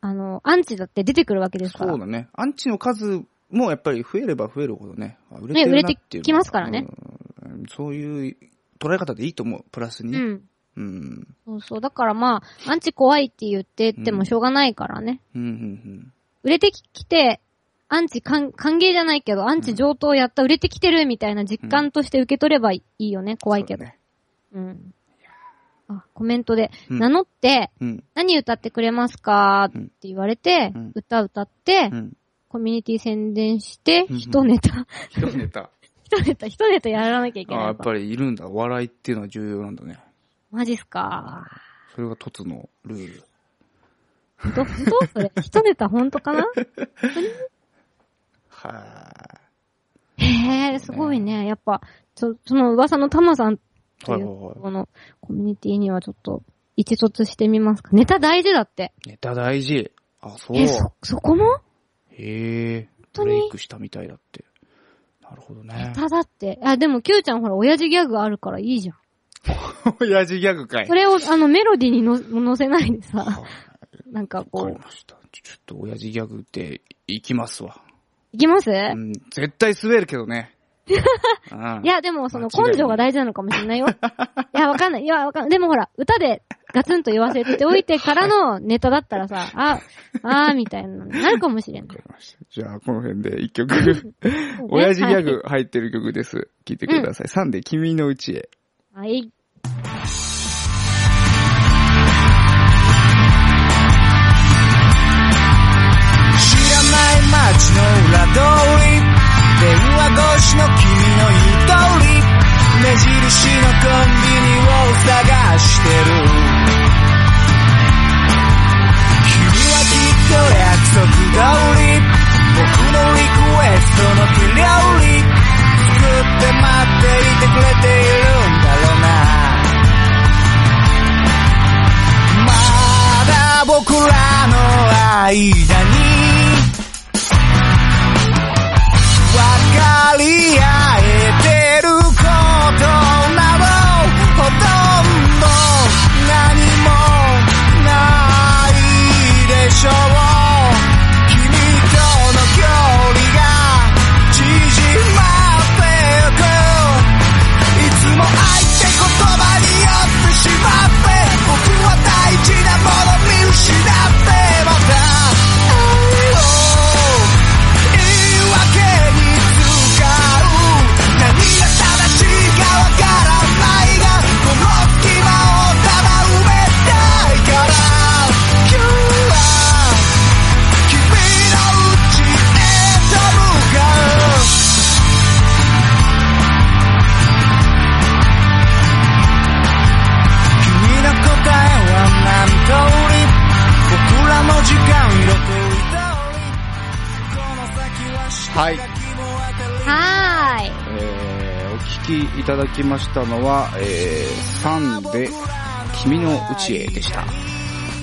[SPEAKER 2] あの、アンチだって出てくるわけですから。
[SPEAKER 1] そうだね。アンチの数もやっぱり増えれば増えるほどね。あ売るなっ
[SPEAKER 2] ね
[SPEAKER 1] て
[SPEAKER 2] 売れ
[SPEAKER 1] い
[SPEAKER 2] て
[SPEAKER 1] うのは
[SPEAKER 2] きますからね
[SPEAKER 1] うんそういう捉え方でいいと思う。プラスに。
[SPEAKER 2] うん。
[SPEAKER 1] うん。
[SPEAKER 2] そうそう。だからまあ、アンチ怖いって言っててもしょうがないからね。
[SPEAKER 1] うん。うん。
[SPEAKER 2] 売れてきて、アンチ歓歓迎じゃないけど、アンチ上等やった、売れてきてるみたいな実感として受け取ればいいよね。怖いけ
[SPEAKER 1] そ
[SPEAKER 2] ど。
[SPEAKER 1] うだね。
[SPEAKER 2] うん。あ、コメントで、
[SPEAKER 1] うん
[SPEAKER 2] 名乗って、
[SPEAKER 1] うん。
[SPEAKER 2] 何歌ってくれますかって言われて、
[SPEAKER 1] うん
[SPEAKER 2] 歌歌って、
[SPEAKER 1] うん。
[SPEAKER 2] コミュニティ宣伝して、
[SPEAKER 1] うん
[SPEAKER 2] 一ネタ、
[SPEAKER 1] 一ネタ。
[SPEAKER 2] 一ネタ、一ネタやらなきゃ い
[SPEAKER 1] あ
[SPEAKER 2] けない。
[SPEAKER 1] やっぱりいるんだ。お笑いっていうのは重要なんだね。
[SPEAKER 2] マジっすか
[SPEAKER 1] それが突のルール。
[SPEAKER 2] ほんとほんとそれ、一ネタほんと かな
[SPEAKER 1] は
[SPEAKER 2] へえ、すごいね。やっぱ、そその噂のタマさん
[SPEAKER 1] い。
[SPEAKER 2] と
[SPEAKER 1] はいいうはいは
[SPEAKER 2] このコミュニティにはちょっと一卒してみますか。ネタ大事だって。
[SPEAKER 1] い。ネタ大事。あ、そう。
[SPEAKER 2] え、そ、そこも
[SPEAKER 1] へえ。
[SPEAKER 2] 当
[SPEAKER 1] ブ
[SPEAKER 2] に
[SPEAKER 1] レイクしたみたいだって。ななるほどね。
[SPEAKER 2] ただって。あ、でも、キューちゃんほら、親父ギャグあるからいいじゃん。
[SPEAKER 1] 親父ギャグかい
[SPEAKER 2] そ。れを、あの、メロディーにの乗せないでさ、なんか
[SPEAKER 1] わ
[SPEAKER 2] こ
[SPEAKER 1] か
[SPEAKER 2] う
[SPEAKER 1] り、ました。ちょっと親父ギャグっていきますわ。
[SPEAKER 2] いきます、
[SPEAKER 1] うん、絶対滑るけど ね。うん
[SPEAKER 2] い、や、でも、その、
[SPEAKER 1] 間違いない
[SPEAKER 2] 根性が大事なのかもしれないよ。 いや、わかんない。いや、わかんない。でもほら、歌でガツンと言わせておいてからのネタだったらさ、あ、あーみたいなのになるかもしれない。
[SPEAKER 1] じゃあ、この辺で一 曲、親父ギャグ入ってる曲です。聴いてください。サンデー君のうちへ。
[SPEAKER 2] はい。
[SPEAKER 4] 知らない街の裏通り電話越しの君の言う通り目印のコンビニを探してる君はきっと約束通り僕のリクエストの手料理作って待っていてくれているんだろうなまだ僕らの間に分かり合えてることなどほとんど何もないでしょう君との距離が縮まってゆくいつも愛って言葉に酔ってしまって僕は大事なものを失ってしまったまた愛を言い訳に使う何が正しいかわからないがこの隙間をただ埋めたいから今日は君の家へと向かう君の答えは何通り僕らの時間色とりこの先は下
[SPEAKER 1] はい
[SPEAKER 2] はーい。
[SPEAKER 1] えー、お聴きいただきましたのは、えー、サンデー君のうちへでした。あ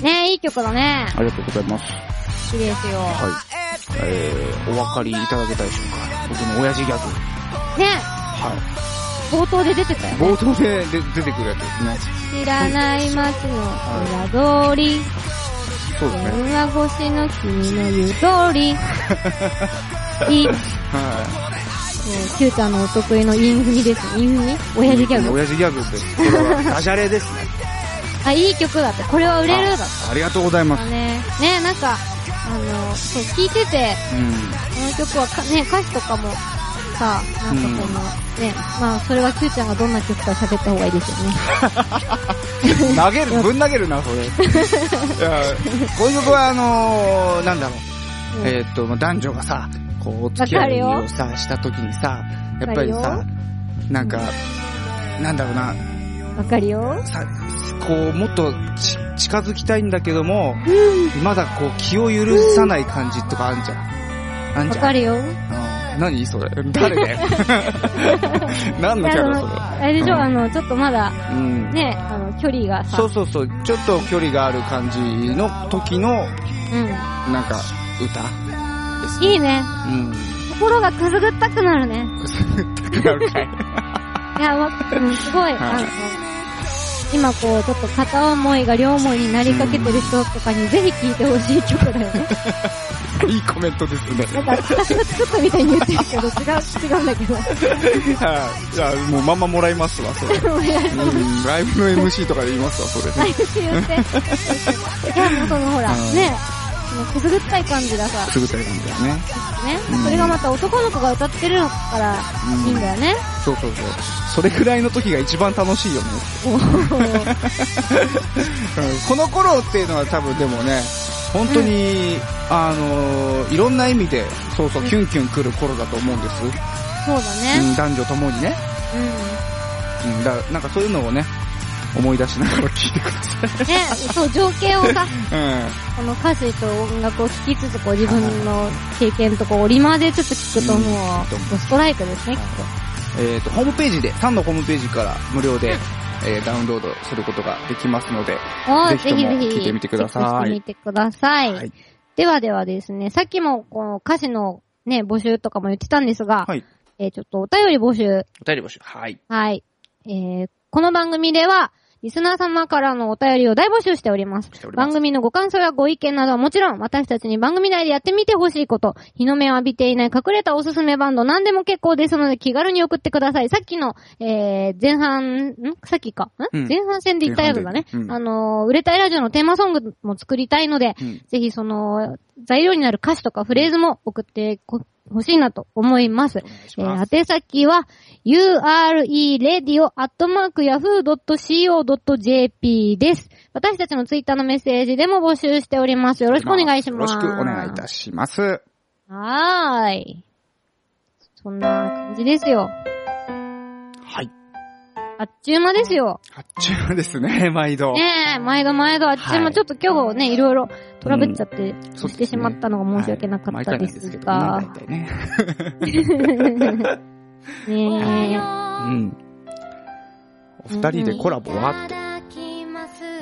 [SPEAKER 2] ねえ、いい曲だね。
[SPEAKER 1] りがとうございます。
[SPEAKER 2] 好きですよ。
[SPEAKER 1] はい。えー、お分かりいただけたでしょうか僕の親父ギャグ。
[SPEAKER 2] ね
[SPEAKER 1] は
[SPEAKER 2] 冒頭で出てた
[SPEAKER 1] い。
[SPEAKER 2] よ。
[SPEAKER 1] 冒頭でで出てくるやつですね。
[SPEAKER 2] 知らない街の裏通り、
[SPEAKER 1] そうですね。
[SPEAKER 2] 電話越しの君の言う通り、いい、え
[SPEAKER 1] は
[SPEAKER 2] ー、キューちゃんのお得意のインフミです。インフミ
[SPEAKER 1] い。
[SPEAKER 2] 親父ギャグ。
[SPEAKER 1] 親父ギャグです。これはダジャレですね。
[SPEAKER 2] あ、いい曲だ って。これは売れるだって。
[SPEAKER 1] あありがとうございます。
[SPEAKER 2] ね。ね、なんか、あの、そう、聞いてて、
[SPEAKER 1] うん。
[SPEAKER 2] この曲はか、ね、歌詞とかも、さ、なんかこの、
[SPEAKER 1] うん
[SPEAKER 2] ね、まあ、それはキューちゃんがどんな曲か喋った方がいいですよね。
[SPEAKER 1] 投げる、ぶん投げるな、それ。いや、こういう曲は、あのー、なんだろう。
[SPEAKER 2] うん
[SPEAKER 1] えーっと、まあ男女がさ、こう、お付き合い
[SPEAKER 2] わかる
[SPEAKER 1] を
[SPEAKER 2] よ
[SPEAKER 1] さ、した時にさ、やっぱり
[SPEAKER 2] わ
[SPEAKER 1] さ
[SPEAKER 2] か、
[SPEAKER 1] なんか、なんだろうな、
[SPEAKER 2] わかるよ。
[SPEAKER 1] さ、こう、もっとち近づきたいんだけども、まだこう、気を許さない感じとかあんじゃん。あん
[SPEAKER 2] わ
[SPEAKER 1] じゃ
[SPEAKER 2] か
[SPEAKER 1] ん。
[SPEAKER 2] るよ。
[SPEAKER 1] うん何それ誰 だよ。何のキャラそれ。
[SPEAKER 2] あれでしょ、あの、ちょっとまだ、
[SPEAKER 1] うん。
[SPEAKER 2] ね、あの、距離がさ、
[SPEAKER 1] そうそうそう、ちょっと距離がある感じの時の、
[SPEAKER 2] う
[SPEAKER 1] なんか、歌です
[SPEAKER 2] ん。いいね。
[SPEAKER 1] うん。
[SPEAKER 2] 心がくすぐったくなるね。
[SPEAKER 1] なるかい。
[SPEAKER 2] いや、わ、うん、すごい、あの、今こう、ちょっと片思いが両思いになりかけてる人とかにぜひ聴いてほしい曲だよね。
[SPEAKER 1] いいコメントですね。
[SPEAKER 2] なんか、私が作ったみたいに言ってるけど、違う、違うんだけど。
[SPEAKER 1] はい。じゃあ、もうまんまもらいますわ、そ れ。うん、ライブの MC とかで言いますわ、それ。
[SPEAKER 2] 来週って。いや、もうそのほら、
[SPEAKER 1] うん
[SPEAKER 2] ね、そのくすぐったい感じがさ、
[SPEAKER 1] すぐ大変だよね。
[SPEAKER 2] ね
[SPEAKER 1] うん。
[SPEAKER 2] それがまた男の子が歌ってるから、いいんだよね。
[SPEAKER 1] そうそうそう。それくらいの時が一番楽しい よね。
[SPEAKER 2] おー
[SPEAKER 1] うんこの頃っていうのは多分でもね、本当に、あのーいろんな意味で、そうそう、キュンキュン来る頃だと思うんです。
[SPEAKER 2] そうだ
[SPEAKER 1] う
[SPEAKER 2] ね。
[SPEAKER 1] ん、男女ともにね。
[SPEAKER 2] うん。
[SPEAKER 1] うん、だなんかそういうのをね、思い出しながら聞いてください。
[SPEAKER 2] ね、そう、情景を さ、
[SPEAKER 1] うん。
[SPEAKER 2] この歌詞と音楽を聴きつつ、こう自分の経験とこう折り交ぜつつ聞くともう、ストライクですね、きっ
[SPEAKER 1] えっ、と、ホームページで、サンのホームページから無料で、えーダウンロードすることができますので、
[SPEAKER 2] と。おー
[SPEAKER 1] ぜひとも
[SPEAKER 2] ぜひぜひ。
[SPEAKER 1] 聞いてみてください
[SPEAKER 2] チェックしてみてください。
[SPEAKER 1] はい
[SPEAKER 2] ではではですね、さっきもこの歌詞のね、募集とかも言ってたんですが、
[SPEAKER 1] はい。
[SPEAKER 2] えーちょっとお便り募集。
[SPEAKER 5] お便り募集。はい。
[SPEAKER 2] はい。えーこの番組では、リスナー様からのお便りを大募集しております。
[SPEAKER 5] しております
[SPEAKER 2] 番組のご感想やご意見などはもちろん、私たちに番組内でやってみてほしいこと、日の目を浴びていない隠れたおすすめバンド、何でも結構ですので気軽に送ってください。さっきの、えー、前半、んさっきか、ん、
[SPEAKER 1] うん
[SPEAKER 2] 前半戦で言ったやつだね。
[SPEAKER 1] 前半でうん
[SPEAKER 2] あのー売れたいラジオのテーマソングも作りたいので、
[SPEAKER 1] うん
[SPEAKER 2] ぜひその、材料になる歌詞とかフレーズも送ってこほしいなと思います
[SPEAKER 5] お。願いし
[SPEAKER 2] え
[SPEAKER 5] ま
[SPEAKER 2] ー
[SPEAKER 5] す。
[SPEAKER 2] 宛先は、ureradio.yahoo.co.jp です。私たちのツイッターのメッセージでも募集しております。よろしくお願いします。
[SPEAKER 1] よろしくお願いいたします。
[SPEAKER 2] はーい。そんな感じですよ。
[SPEAKER 1] はい。
[SPEAKER 2] あっちゅう間ですよ。
[SPEAKER 1] あっちゅう間です ね、毎度。
[SPEAKER 2] ねえ、毎度毎度あっちゅう間、
[SPEAKER 1] はい
[SPEAKER 2] ちょっと今日ね、いろいろトラブっちゃって、
[SPEAKER 1] そうですね
[SPEAKER 2] してしまったのが申し訳なかったです
[SPEAKER 1] は
[SPEAKER 2] が
[SPEAKER 1] い毎。回なんですけどね、
[SPEAKER 2] ね
[SPEAKER 1] 大体ね。うん。お二人でコラボはって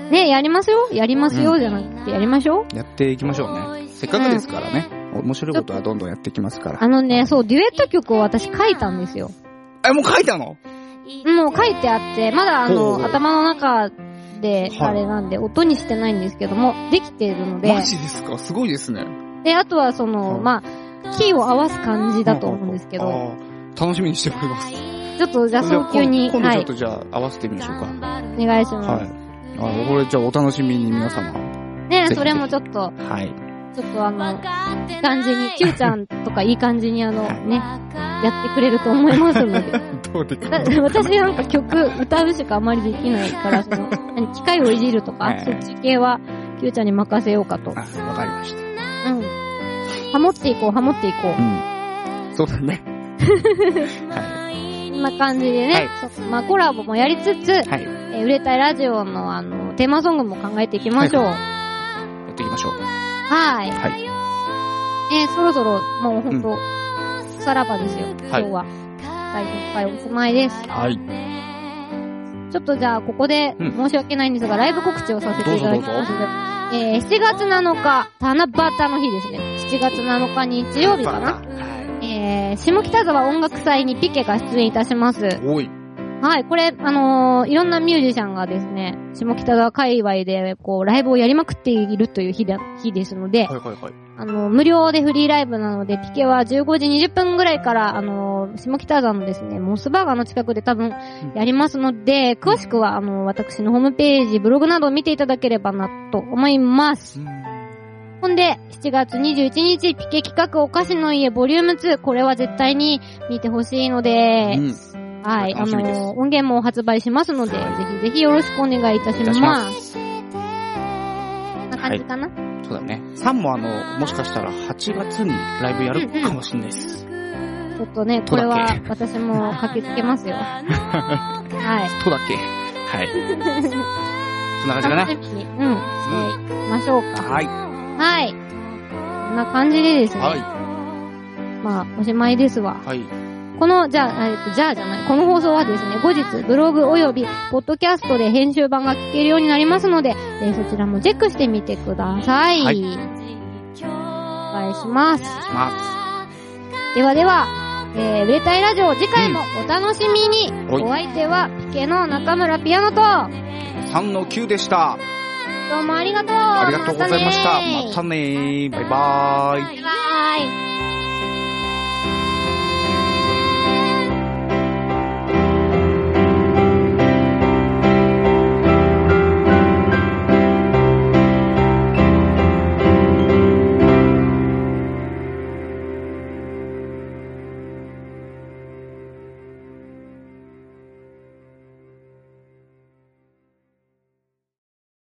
[SPEAKER 2] え。ねえ、やりますよやりますよ、じゃなくて、やりましょう
[SPEAKER 1] やっていきましょうね。せっかくですからね。面白いことはどんどんやっていきますから
[SPEAKER 2] あ。のね、そう、デュエット曲を私書いたんですよ。
[SPEAKER 1] え、もう書いたの
[SPEAKER 2] もう書いてあって、まだあ
[SPEAKER 1] ほうほ
[SPEAKER 2] の、
[SPEAKER 1] う
[SPEAKER 2] 頭の中で、
[SPEAKER 1] はい
[SPEAKER 2] あれなんで、音にしてないんですけども、できているので
[SPEAKER 1] マ、ジですかすごいですね。
[SPEAKER 2] で、あとはそ
[SPEAKER 1] は
[SPEAKER 2] の、
[SPEAKER 1] い
[SPEAKER 2] まあ、キーを合わす感じだと思うんですけ
[SPEAKER 1] あ
[SPEAKER 2] ど、
[SPEAKER 1] ー楽しみにしております。
[SPEAKER 2] ちょっとじゃあ
[SPEAKER 1] じゃあ
[SPEAKER 2] 早急に、
[SPEAKER 1] 今度今
[SPEAKER 2] は
[SPEAKER 1] 度ちょ
[SPEAKER 2] い
[SPEAKER 1] っ、とじゃあ合わせてみましょうか。
[SPEAKER 2] お願いし
[SPEAKER 1] はい
[SPEAKER 2] ま。
[SPEAKER 1] あこれじゃあお楽しみに皆様。
[SPEAKER 2] す。ね
[SPEAKER 1] ぜひ
[SPEAKER 2] それもちょっと、
[SPEAKER 1] はい。
[SPEAKER 2] ちょっとあの、いい感じに、キューちゃんとかいい感じにあの、ね、やってくれると思いますので。
[SPEAKER 1] どうでか
[SPEAKER 2] だ 私なんか曲歌うしかあまりできないから、その、何機械をいじるとか、
[SPEAKER 1] はい
[SPEAKER 2] そっち系は、キューちゃんに任せようかと。うん。
[SPEAKER 1] あ、わかりました。
[SPEAKER 2] ハモっていこう、ハモっていこ
[SPEAKER 1] う
[SPEAKER 2] う。
[SPEAKER 1] ん。そうだね。は
[SPEAKER 2] こんな感じでね、そうまあコラボもやりつつ、
[SPEAKER 1] い。はい。や
[SPEAKER 2] えー売れたいラジオのあの、テーマソングも考えていきましょう。は
[SPEAKER 1] っていきましょう。
[SPEAKER 2] い。
[SPEAKER 1] はい。
[SPEAKER 2] えーそろそろ、もうほんと、さらばですよ。今
[SPEAKER 1] はい
[SPEAKER 2] 日は、第10回おしまいです。
[SPEAKER 1] はい。
[SPEAKER 2] ちょっとじゃあ、ここで
[SPEAKER 1] うん
[SPEAKER 2] 申し訳ないんですが、ライブ告知をさせていただきます
[SPEAKER 1] どうぞどう。
[SPEAKER 2] えー、7月7日、七夕の日ですね。7月7日日曜日かな。
[SPEAKER 1] は
[SPEAKER 2] えー、下北沢音楽祭にピケが出演いたします
[SPEAKER 1] い。。おい。
[SPEAKER 2] はい、これ、あのーいろんなミュージシャンがですね、下北沢界隈で、こう、ライブをやりまくっているという日だ、日ですので、
[SPEAKER 1] はいはいはい。
[SPEAKER 2] あの、無料でフリーライブなので、ピケは15時20分ぐらいから、あの、下北沢のですね、モスバーガーの近くで多分やりますので、詳しくは、あの、私のホームページ、ブログなどを見ていただければなと思います。ほんで、7月21日、ピケ企画お菓子の家ボリューム2、これは絶対に見てほしいので、
[SPEAKER 1] うん。
[SPEAKER 2] はい、あ
[SPEAKER 1] 楽しみです
[SPEAKER 2] の、音源も発売しますので、ぜひぜひよろしくお願いいたし
[SPEAKER 1] お願いし
[SPEAKER 2] ま。
[SPEAKER 1] ます
[SPEAKER 2] こんな感じかな、
[SPEAKER 1] そうだね。サンもあの、もしかしたら8月にライブやるかもしれないです。
[SPEAKER 2] ちょっとね、これは私も駆けつけますよ。はい。
[SPEAKER 1] とだけ。はい。そんな感じかな。
[SPEAKER 2] 楽しみに、うん。していきましょうか。
[SPEAKER 1] はい。
[SPEAKER 2] はい。こんな感じでですね。
[SPEAKER 1] は
[SPEAKER 2] まあ、おしまいですわ
[SPEAKER 1] い。。はい。
[SPEAKER 2] この、じゃあ、えっと、じゃあじゃない。この放送はですね、後日、ブログ及び、ポッドキャストで編集版が聞けるようになりますので、えーそちらもチェックしてみてください。
[SPEAKER 1] はい
[SPEAKER 2] お願いします。
[SPEAKER 1] ま
[SPEAKER 2] ではでは、えー、売れたいラジオ、次回もお楽しみに。
[SPEAKER 1] はい
[SPEAKER 2] お相手は、ピケの中村ピアノと、
[SPEAKER 1] す。3の9でした。
[SPEAKER 2] どうもありがとう。
[SPEAKER 1] ありがとうございました。
[SPEAKER 2] ねー
[SPEAKER 1] またねー。バイバーイ。
[SPEAKER 2] バイバイ。